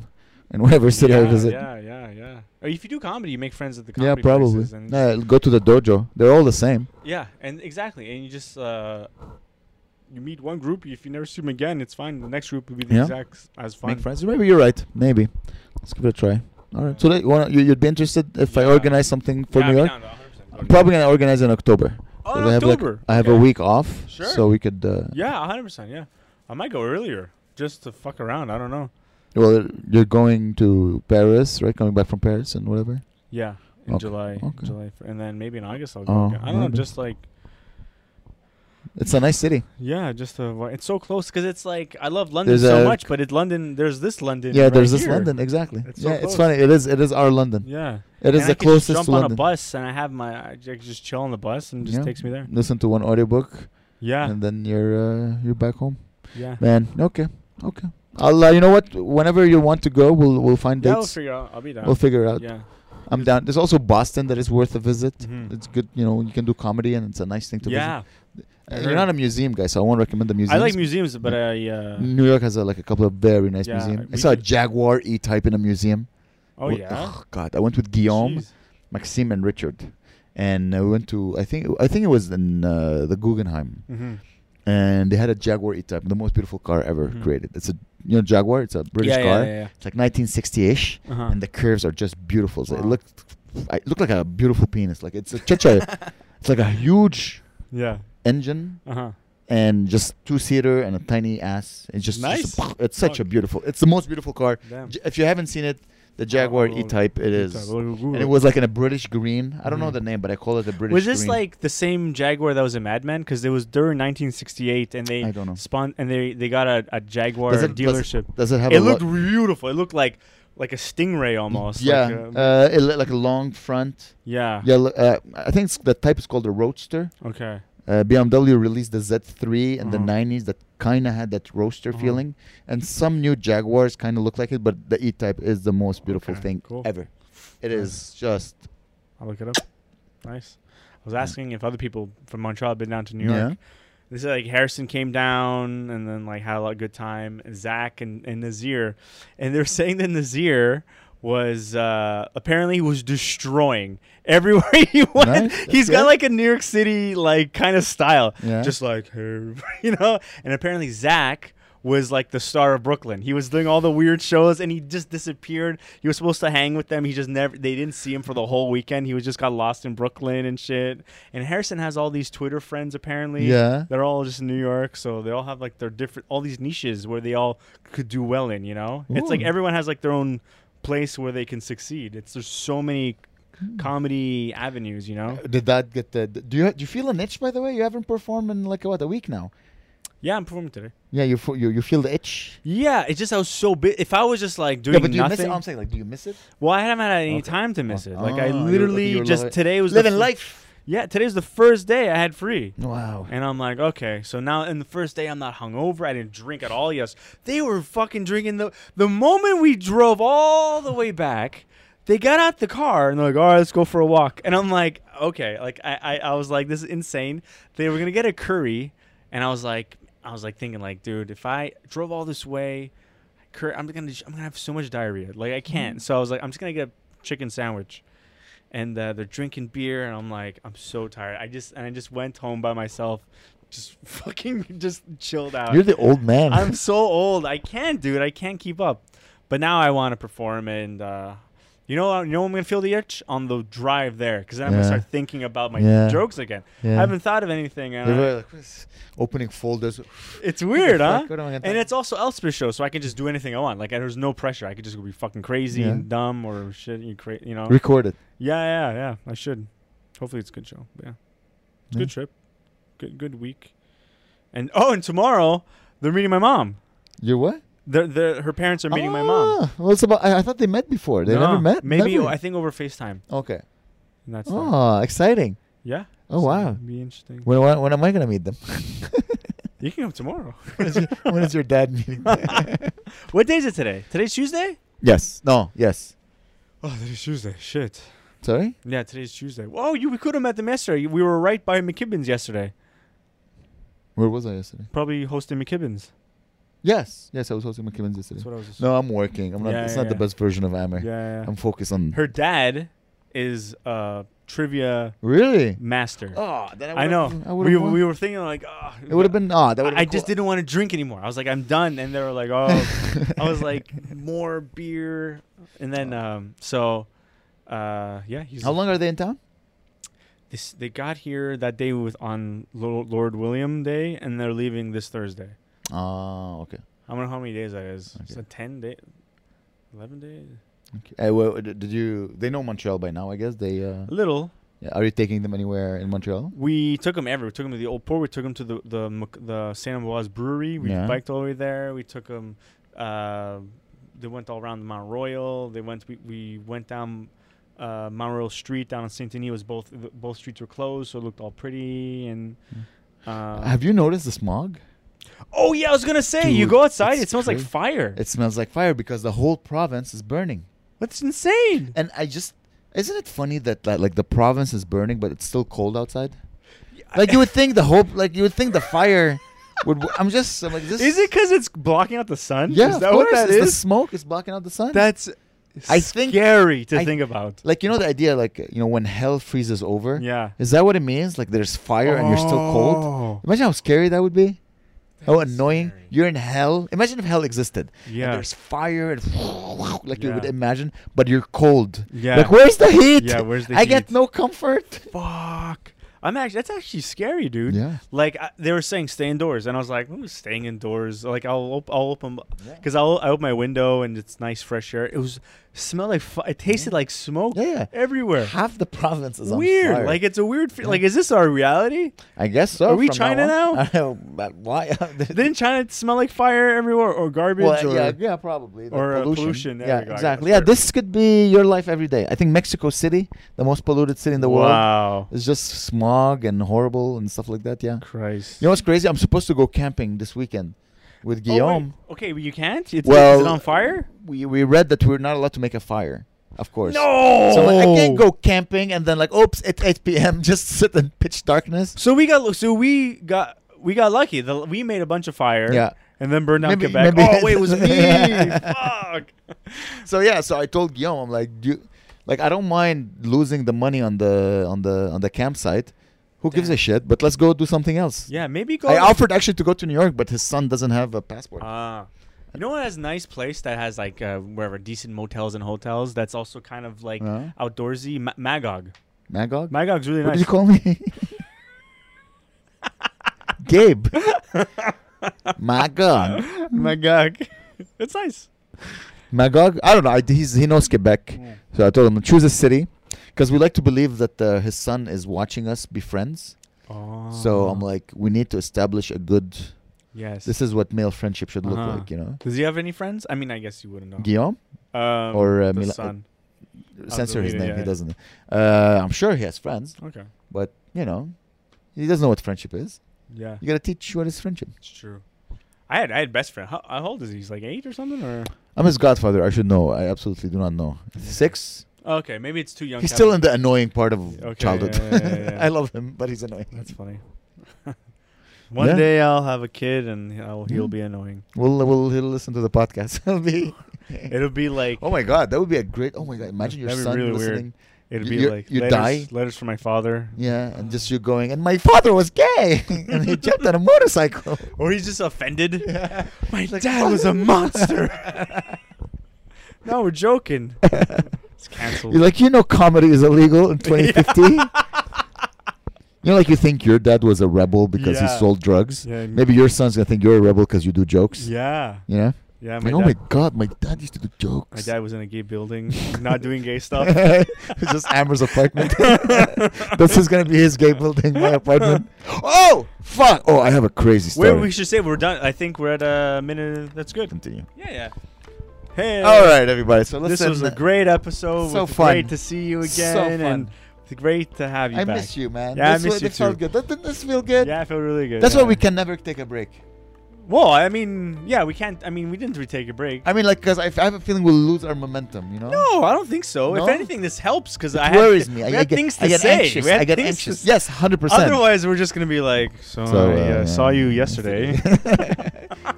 Speaker 2: and wherever city I
Speaker 1: yeah,
Speaker 2: visit.
Speaker 1: Yeah, yeah, yeah. Or if you do comedy, you make friends at the
Speaker 2: Yeah,
Speaker 1: comedy
Speaker 2: probably.
Speaker 1: places and
Speaker 2: Yeah, I'll go to the dojo. They're all the same.
Speaker 1: yeah, and exactly, and you just uh, you meet one group. If you never see them again, it's fine. The next group will be the
Speaker 2: Yeah.
Speaker 1: exact s- as fun.
Speaker 2: Make friends. Maybe you're right. Maybe. Let's give it a try. All right. So that- you wanna, you, you'd be interested if I
Speaker 1: Yeah.
Speaker 2: organize something for
Speaker 1: Yeah, I'd
Speaker 2: New
Speaker 1: be
Speaker 2: York?
Speaker 1: down to 100%
Speaker 2: I'm
Speaker 1: totally.
Speaker 2: probably gonna organize in October.
Speaker 1: Oh,
Speaker 2: 'Cause
Speaker 1: in
Speaker 2: I have like-
Speaker 1: October.
Speaker 2: I have a
Speaker 1: Okay.
Speaker 2: week off,
Speaker 1: Sure.
Speaker 2: so we could. Uh,
Speaker 1: Yeah, hundred percent. Yeah, I might go earlier just to fuck around. I don't know.
Speaker 2: Well, you're going to Paris, right? Coming back from Paris and whatever.
Speaker 1: Yeah, in
Speaker 2: Okay,
Speaker 1: July,
Speaker 2: okay.
Speaker 1: July, f- and then maybe in August I'll go.
Speaker 2: Oh,
Speaker 1: again. I don't know,
Speaker 2: maybe.
Speaker 1: just like
Speaker 2: It's a nice city.
Speaker 1: yeah, just a, wa- it's so close because it's like I love London
Speaker 2: There's
Speaker 1: so
Speaker 2: a-
Speaker 1: much, but it London there's this London.
Speaker 2: yeah,
Speaker 1: right
Speaker 2: there's this
Speaker 1: here.
Speaker 2: London exactly.
Speaker 1: It's so
Speaker 2: yeah, it's
Speaker 1: close.
Speaker 2: funny. It is. It is our London.
Speaker 1: Yeah,
Speaker 2: It is
Speaker 1: And I could
Speaker 2: the
Speaker 1: just
Speaker 2: closest
Speaker 1: jump
Speaker 2: to
Speaker 1: on
Speaker 2: London.
Speaker 1: a bus and I have my I ju- just chill on the bus and it just
Speaker 2: Yeah.
Speaker 1: takes me there.
Speaker 2: Listen to one audiobook,
Speaker 1: Yeah,
Speaker 2: and then you're uh, you're back home.
Speaker 1: yeah.
Speaker 2: Man, okay, okay. I'll. Uh, you know what? Whenever you want to go, we'll we'll find
Speaker 1: Yeah, we'll
Speaker 2: dates.
Speaker 1: figure out. I'll be down.
Speaker 2: We'll figure it out.
Speaker 1: Yeah.
Speaker 2: I'm down. There's also Boston that is worth a visit.
Speaker 1: Mhm.
Speaker 2: It's good, you know. You can do comedy, and it's a nice thing to
Speaker 1: Yeah. I
Speaker 2: visit. Uh,
Speaker 1: heard.
Speaker 2: You're not a museum guy, so I won't recommend the museum.
Speaker 1: I like museums, but I. Uh,
Speaker 2: New York has uh like a couple of very nice
Speaker 1: Yeah,
Speaker 2: museums. I
Speaker 1: we
Speaker 2: saw a
Speaker 1: did-
Speaker 2: jaguar E type in a museum.
Speaker 1: oh
Speaker 2: Well,
Speaker 1: yeah.
Speaker 2: ugh, God, I went with Guillaume,
Speaker 1: Jeez.
Speaker 2: Maxime, and Richard, and uh, we went to I think I think it was in uh, the Guggenheim,
Speaker 1: Mhm.
Speaker 2: and they had a Jaguar E type, the most beautiful car ever
Speaker 1: Mhm.
Speaker 2: created. It's a you know Jaguar, it's a British
Speaker 1: yeah,
Speaker 2: car.
Speaker 1: Yeah, yeah,
Speaker 2: It's like 1960 ish,
Speaker 1: yeah. Uh-huh.
Speaker 2: and the curves are just beautiful. So It
Speaker 1: Wow.
Speaker 2: looked I- it looked like a beautiful penis. Like it's a cha it's like a huge
Speaker 1: yeah.
Speaker 2: engine
Speaker 1: Uh huh.
Speaker 2: and just two seater and a tiny ass. It's just,
Speaker 1: Nice.
Speaker 2: just a- it's such a
Speaker 1: Fuck.
Speaker 2: beautiful. It's the most beautiful car.
Speaker 1: Damn.
Speaker 2: J- If you haven't seen it, the Jaguar
Speaker 1: Oh,
Speaker 2: E-Type, it is,
Speaker 1: E-Type. We'll Google
Speaker 2: and it
Speaker 1: it.
Speaker 2: was like in a British green. I don't know
Speaker 1: Mhm.
Speaker 2: the name, but I call it the British.
Speaker 1: was this
Speaker 2: green.
Speaker 1: like the same Jaguar that was in Mad Men? Because it was during 1968, and
Speaker 2: I
Speaker 1: they
Speaker 2: don't know.
Speaker 1: spawned and they they got a, a Jaguar
Speaker 2: Does it- does-
Speaker 1: dealership.
Speaker 2: Does it have
Speaker 1: it
Speaker 2: a
Speaker 1: looked
Speaker 2: lo-
Speaker 1: beautiful. It looked like like a stingray almost.
Speaker 2: Yeah,
Speaker 1: Like um, Ah. a,
Speaker 2: uh, it looked like a long front.
Speaker 1: yeah.
Speaker 2: Yeah, lo- uh, I think it's, the type is called the Roadster.
Speaker 1: Okay.
Speaker 2: Uh, BMW released the Z3 in the
Speaker 1: Uh-huh.
Speaker 2: 90s that kind of had that roadster
Speaker 1: Uh-huh.
Speaker 2: feeling, and some new Jaguars kind of look like it. But the E-Type is the most beautiful
Speaker 1: Okay,
Speaker 2: thing
Speaker 1: cool.
Speaker 2: ever. It
Speaker 1: Nice.
Speaker 2: is just
Speaker 1: I'll look it up. Nice. I was asking if other people from Montreal had been down to New
Speaker 2: yeah.
Speaker 1: York. They said like Harrison came down and then like had a lot of good time. Zach and, and Nazir, and they're saying that Nazir was uh, apparently he was destroying everywhere he went.
Speaker 2: Nice,
Speaker 1: He's
Speaker 2: that's
Speaker 1: got
Speaker 2: good.
Speaker 1: like a New York City like kind of style,
Speaker 2: Yeah.
Speaker 1: just like "Hey," you know. And apparently Zach was like the star of Brooklyn. He was doing all the weird shows and he just disappeared. He was supposed to hang with them. He just never they didn't see him for the whole weekend. He was just got lost in Brooklyn and shit. And Harrison has all these Twitter friends apparently.
Speaker 2: Yeah.
Speaker 1: They're all just in New York, so they all have like their different all these niches where they all could do well in, you know? It's like
Speaker 2: Ooh.
Speaker 1: everyone has like their own place where they can succeed. It's there's so many comedy avenues, you know?
Speaker 2: Did that get the? d- Do you do you feel an itch? By the way, you haven't performed in like what a week now.
Speaker 1: Yeah, I'm performing today.
Speaker 2: Yeah, you fo- you you feel the itch.
Speaker 1: Yeah, it's just I was so big. If I was just like doing
Speaker 2: yeah, but do you miss
Speaker 1: nothing,
Speaker 2: it? I'm saying like, do you miss it?
Speaker 1: Well, I haven't had any
Speaker 2: Okay.
Speaker 1: time to miss
Speaker 2: Oh.
Speaker 1: it. Like I
Speaker 2: Ah, you're-
Speaker 1: literally
Speaker 2: you're
Speaker 1: just
Speaker 2: li-
Speaker 1: today was the
Speaker 2: Living
Speaker 1: fir-
Speaker 2: life.
Speaker 1: Yeah, today's the first day I had free.
Speaker 2: Wow.
Speaker 1: And I'm like, okay, so now in the first day I'm not hungover. I didn't drink at all. Yes, they were fucking drinking the the moment we drove all the way back. They got out the car and they're like, all right, let's go for a walk. And I'm like, okay, like I I, I was like, this is insane. They were gonna get a curry, and I was like, I was like thinking like, dude, if I drove all this way, cur- I'm gonna I'm gonna have so much diarrhea. Like I can't. So I was like, I'm just gonna get a chicken sandwich and uh, they're drinking beer and I'm like I'm so tired. I just and I just went home by myself just fucking just chilled out.
Speaker 2: You're the old man.
Speaker 1: uh, I'm so old. I can't, dude. I can't keep up. But now I want to perform, and uh, you know, you know, when I'm gonna feel the itch on the drive there, because then I'm
Speaker 2: Yeah.
Speaker 1: gonna start thinking about my
Speaker 2: Yeah.
Speaker 1: jokes again.
Speaker 2: Yeah.
Speaker 1: I haven't thought of anything. And
Speaker 2: They're
Speaker 1: I-
Speaker 2: very like, "What's- opening folders.
Speaker 1: it's weird,
Speaker 2: fuck?
Speaker 1: huh?
Speaker 2: What am I gonna
Speaker 1: And
Speaker 2: do?
Speaker 1: it's also Elspeth's show, so I can just do anything I want. Like there's no pressure. I could just be fucking crazy
Speaker 2: Yeah.
Speaker 1: and dumb or shit. You cra- you know?
Speaker 2: Record it.
Speaker 1: yeah, yeah, yeah. I should. Hopefully it's a good show. Yeah, it's a
Speaker 2: Yeah.
Speaker 1: good trip. Good, good week. And oh, and tomorrow they're meeting my mom.
Speaker 2: You're what?
Speaker 1: They're, they're, her parents are meeting my mom.
Speaker 2: Ah, Well, it's about. I, I thought they met before. They
Speaker 1: No,
Speaker 2: never met.
Speaker 1: Maybe
Speaker 2: Never?
Speaker 1: I think over FaceTime.
Speaker 2: okay.
Speaker 1: And that's it.
Speaker 2: Oh, exciting.
Speaker 1: yeah.
Speaker 2: Oh
Speaker 1: So
Speaker 2: wow.
Speaker 1: it'd Be interesting.
Speaker 2: When, when, when am I gonna meet them?
Speaker 1: You can come tomorrow.
Speaker 2: when, is your, when is your dad meeting?
Speaker 1: what day is it today? Today's Tuesday.
Speaker 2: yes. No. Yes.
Speaker 1: Oh, today's Tuesday. Shit.
Speaker 2: Sorry.
Speaker 1: Yeah, today's Tuesday. Oh, you we could have met them yesterday. We were right by McKibbins yesterday.
Speaker 2: Where was I yesterday?
Speaker 1: Probably hosting McKibbins.
Speaker 2: Yes. Yes, I was hosting McKibbins yesterday.
Speaker 1: That's what I was. Just
Speaker 2: No, I'm working. I'm not.
Speaker 1: Yeah,
Speaker 2: it's
Speaker 1: yeah,
Speaker 2: not the
Speaker 1: yeah.
Speaker 2: best version of Amer.
Speaker 1: Yeah, yeah. yeah.
Speaker 2: I'm focused on.
Speaker 1: Her dad is a trivia
Speaker 2: Really?
Speaker 1: master.
Speaker 2: Oh, then
Speaker 1: I know.
Speaker 2: I would've
Speaker 1: we,
Speaker 2: won.
Speaker 1: we were thinking like, oh,
Speaker 2: It would have been. Oh, that would.
Speaker 1: I, I just didn't want to drink anymore. I was like, I'm done. And they were like, oh. I was like, more beer. And then, um, so, uh, yeah. He's
Speaker 2: How long are they in town?
Speaker 1: This, they got here that day with on Lo- Lord William Day, and they're leaving this Thursday. Ah,
Speaker 2: Oh, okay.
Speaker 1: I don't know how many days that is. It's
Speaker 2: Okay.
Speaker 1: a 10 day, 11 days?
Speaker 2: okay. Uh, well, d- did you? They know Montreal by now, I guess. They. Uh,
Speaker 1: A little.
Speaker 2: yeah. Are you taking them anywhere in Montreal?
Speaker 1: We took him everywhere. We took him to the old port. We took him to the the Mc- the Santa Boaz Brewery. We
Speaker 2: Yeah.
Speaker 1: biked all the way there. We took him. Uh, they went all around Mount Royal. They went. We, we went down uh, Mount Royal Street down in Saint Denis. Was both th- both streets were closed, so it looked all pretty and. Uh,
Speaker 2: Mm. Have you noticed the smog?
Speaker 1: oh yeah, I was gonna say you
Speaker 2: Dude,
Speaker 1: go outside,
Speaker 2: it's
Speaker 1: it smells
Speaker 2: crazy.
Speaker 1: like fire.
Speaker 2: It smells like fire because the whole province is burning.
Speaker 1: That's insane.
Speaker 2: And I just. Isn't it funny that, that like the province is burning, but it's still cold outside? Like you would think the hope, like you would think the fire would. w- I'm just. I'm like this.
Speaker 1: is it because it's blocking out the sun?
Speaker 2: Yeah,
Speaker 1: is
Speaker 2: of
Speaker 1: that
Speaker 2: course.
Speaker 1: what that
Speaker 2: it's
Speaker 1: is?
Speaker 2: The smoke is blocking out the sun.
Speaker 1: That's
Speaker 2: I think-
Speaker 1: scary to
Speaker 2: I-
Speaker 1: think about.
Speaker 2: like you know the idea, like you know when hell freezes over.
Speaker 1: Yeah.
Speaker 2: Is that what it means? Like there's fire and you're still cold.
Speaker 1: Oh.
Speaker 2: Imagine how scary that would be. how annoying!
Speaker 1: scary.
Speaker 2: You're in hell. Imagine if hell existed. and
Speaker 1: Yeah.
Speaker 2: there's fire and like you would
Speaker 1: Yeah.
Speaker 2: imagine, but you're cold.
Speaker 1: Yeah.
Speaker 2: Like where's the heat?
Speaker 1: Yeah, where's the
Speaker 2: I get
Speaker 1: heat?
Speaker 2: no comfort.
Speaker 1: Fuck. I'm actually that's actually scary, dude.
Speaker 2: Yeah.
Speaker 1: Like I, they were saying, stay indoors, and I was like, "Ooh, staying indoors." Like I'll op- I'll open because I'll I open my window and it's nice fresh air. It was smelled like fu- it tasted like smoke
Speaker 2: Yeah, yeah.
Speaker 1: everywhere.
Speaker 2: Half the province is on
Speaker 1: Weird.
Speaker 2: fire.
Speaker 1: Like it's a weird. Fe- Like is this our reality?
Speaker 2: I guess so.
Speaker 1: Are we
Speaker 2: from
Speaker 1: China
Speaker 2: on.
Speaker 1: now?
Speaker 2: I don't know, but why?
Speaker 1: Didn't China smell like fire everywhere or garbage?
Speaker 2: Well,
Speaker 1: or,
Speaker 2: yeah, yeah, probably. The
Speaker 1: or, uh, pollution. There
Speaker 2: Yeah,
Speaker 1: we go. I
Speaker 2: exactly.
Speaker 1: got
Speaker 2: Yeah,
Speaker 1: it.
Speaker 2: this could be your life every day. I think Mexico City, the most polluted city in the world,
Speaker 1: Wow.
Speaker 2: is just smog and horrible and stuff like that. Yeah.
Speaker 1: Christ.
Speaker 2: You know what's crazy? I'm supposed to go camping this weekend with
Speaker 1: Oh, wait.
Speaker 2: Guillaume.
Speaker 1: okay, but you can't. It's,
Speaker 2: Well,
Speaker 1: is it on fire?
Speaker 2: we we read that we're not allowed to make a fire. Of course.
Speaker 1: No.
Speaker 2: So like, I can't go camping and then like, oops, it's 8 p.m. Just sit in pitch darkness.
Speaker 1: So we got so we got we got lucky. The, we made a bunch of fire.
Speaker 2: Yeah.
Speaker 1: And then burned down
Speaker 2: Maybe-
Speaker 1: Quebec.
Speaker 2: maybe-
Speaker 1: oh wait, it was me. Fuck.
Speaker 2: So yeah, so I told Guillaume, I'm like, do you, like I don't mind losing the money on the on the on the campsite. Who gives a shit? But let's go do something else.
Speaker 1: Yeah, maybe go.
Speaker 2: I offered actually to go to New York, but his son doesn't have a passport.
Speaker 1: Ah. You know what has a nice place that has like uh, wherever decent motels and hotels that's also kind of like
Speaker 2: Yeah.
Speaker 1: outdoorsy Ma- Magog.
Speaker 2: Magog?
Speaker 1: Magog's really
Speaker 2: what did
Speaker 1: nice.
Speaker 2: you call me? Gabe. Magog.
Speaker 1: Magog. it's nice.
Speaker 2: Magog? I don't know. I, he's, he knows Quebec. So I told him, choose a city. Because we like to believe that uh, his son is watching us be friends.
Speaker 1: Oh.
Speaker 2: So I'm like, we need to establish a good.
Speaker 1: yes.
Speaker 2: This is what male friendship should look
Speaker 1: Uh-huh. Oh.
Speaker 2: like, you know?
Speaker 1: Does he have any friends? I mean, I guess you wouldn't know.
Speaker 2: Guillaume?
Speaker 1: Um,
Speaker 2: or, uh,
Speaker 1: the
Speaker 2: Mila-
Speaker 1: son.
Speaker 2: Censor his
Speaker 1: deleted,
Speaker 2: name.
Speaker 1: yeah,
Speaker 2: he
Speaker 1: yeah.
Speaker 2: doesn't. Uh, I'm sure he has friends,
Speaker 1: Okay.
Speaker 2: but, you know, he doesn't know what friendship is.
Speaker 1: Yeah.
Speaker 2: You gotta teach what is friendship.
Speaker 1: It's true. I had I had best friend. How, how old is he? He's like eight or something, or
Speaker 2: I'm his godfather. I should know. I absolutely do not know. Six.
Speaker 1: Oh, okay, maybe it's too young.
Speaker 2: He's
Speaker 1: to have
Speaker 2: still
Speaker 1: a-
Speaker 2: in the annoying part of
Speaker 1: Okay,
Speaker 2: childhood.
Speaker 1: yeah, yeah, yeah, yeah.
Speaker 2: I love him, but he's annoying.
Speaker 1: That's funny. One
Speaker 2: Yeah.
Speaker 1: day I'll have a kid and I'll, he'll
Speaker 2: Mm.
Speaker 1: be annoying.
Speaker 2: We'll, we'll he'll listen to the podcast. It'll be.
Speaker 1: It'll be like
Speaker 2: Oh my god, that would be a great. Oh my god, imagine your
Speaker 1: That'd be
Speaker 2: son
Speaker 1: really weird.
Speaker 2: listening.
Speaker 1: It'd
Speaker 2: You-
Speaker 1: be
Speaker 2: you-
Speaker 1: like
Speaker 2: you
Speaker 1: letters,
Speaker 2: die?
Speaker 1: letters from my father,
Speaker 2: Yeah, and just you going, and my father was gay, and he jumped on a motorcycle.
Speaker 1: or he's just offended. My
Speaker 2: Like,
Speaker 1: dad was a monster. no, we're joking. It's canceled.
Speaker 2: You're like, you know, comedy is illegal in 2015. You know, like you think your dad was a rebel because
Speaker 1: Yeah.
Speaker 2: he sold drugs.
Speaker 1: Yeah, and-
Speaker 2: Maybe your son's gonna think you're a rebel because you do jokes.
Speaker 1: yeah,
Speaker 2: You know?
Speaker 1: yeah. My
Speaker 2: Like, oh
Speaker 1: dad,
Speaker 2: my god, my dad used to do
Speaker 1: my
Speaker 2: jokes.
Speaker 1: dad was in a gay building, not doing gay stuff.
Speaker 2: It's just Amber's apartment. this is gonna be his gay building, my apartment. Oh fuck! Oh, I have a crazy story.
Speaker 1: Where we should say we're done. I think we're at a minute. That's good.
Speaker 2: continue?
Speaker 1: Yeah, yeah. Hey.
Speaker 2: All right, everybody. So listen, uh,
Speaker 1: This was a great episode.
Speaker 2: So
Speaker 1: It was
Speaker 2: fun.
Speaker 1: Great to see you
Speaker 2: So
Speaker 1: again, and
Speaker 2: fun.
Speaker 1: it's great to have you
Speaker 2: I
Speaker 1: back.
Speaker 2: miss you, man.
Speaker 1: Yeah, I
Speaker 2: this
Speaker 1: miss
Speaker 2: was-
Speaker 1: you
Speaker 2: this felt
Speaker 1: too.
Speaker 2: good. Doesn't this feel good?
Speaker 1: Yeah, I feel really good.
Speaker 2: That's
Speaker 1: yeah.
Speaker 2: why we can never take a break.
Speaker 1: Well, I mean, yeah, we can't. I mean, we didn't really take a break.
Speaker 2: I mean, like, because I, f- I have a feeling we'll lose our momentum. You know?
Speaker 1: no, I don't think so. If
Speaker 2: No?
Speaker 1: anything, this helps because I
Speaker 2: It
Speaker 1: had,
Speaker 2: worries me.
Speaker 1: we
Speaker 2: I,
Speaker 1: had
Speaker 2: I get,
Speaker 1: things to
Speaker 2: I get
Speaker 1: say.
Speaker 2: anxious.
Speaker 1: We had
Speaker 2: I get
Speaker 1: things to
Speaker 2: anxious.
Speaker 1: s-
Speaker 2: Yes, hundred percent.
Speaker 1: Otherwise, we're just gonna be like, so,
Speaker 2: So,
Speaker 1: I uh,
Speaker 2: uh,
Speaker 1: saw you
Speaker 2: yeah.
Speaker 1: yesterday.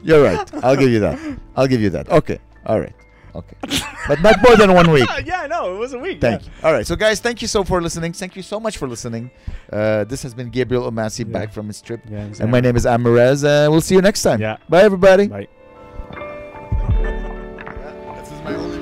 Speaker 2: You're right. I'll give you that. I'll give you that. Okay. All right. Okay. But not more than one week.
Speaker 1: yeah, no, it was a week.
Speaker 2: Thank
Speaker 1: yeah.
Speaker 2: you. All right. So, guys, thank you so for listening. Thank you so much for listening. Uh, this has been Gabriel Omasi
Speaker 1: Yeah.
Speaker 2: back from his trip.
Speaker 1: Yeah, it's
Speaker 2: and my name is Amarez. Uh, we'll see you next time.
Speaker 1: Yeah.
Speaker 2: Bye, everybody.
Speaker 1: Bye.
Speaker 2: This is my only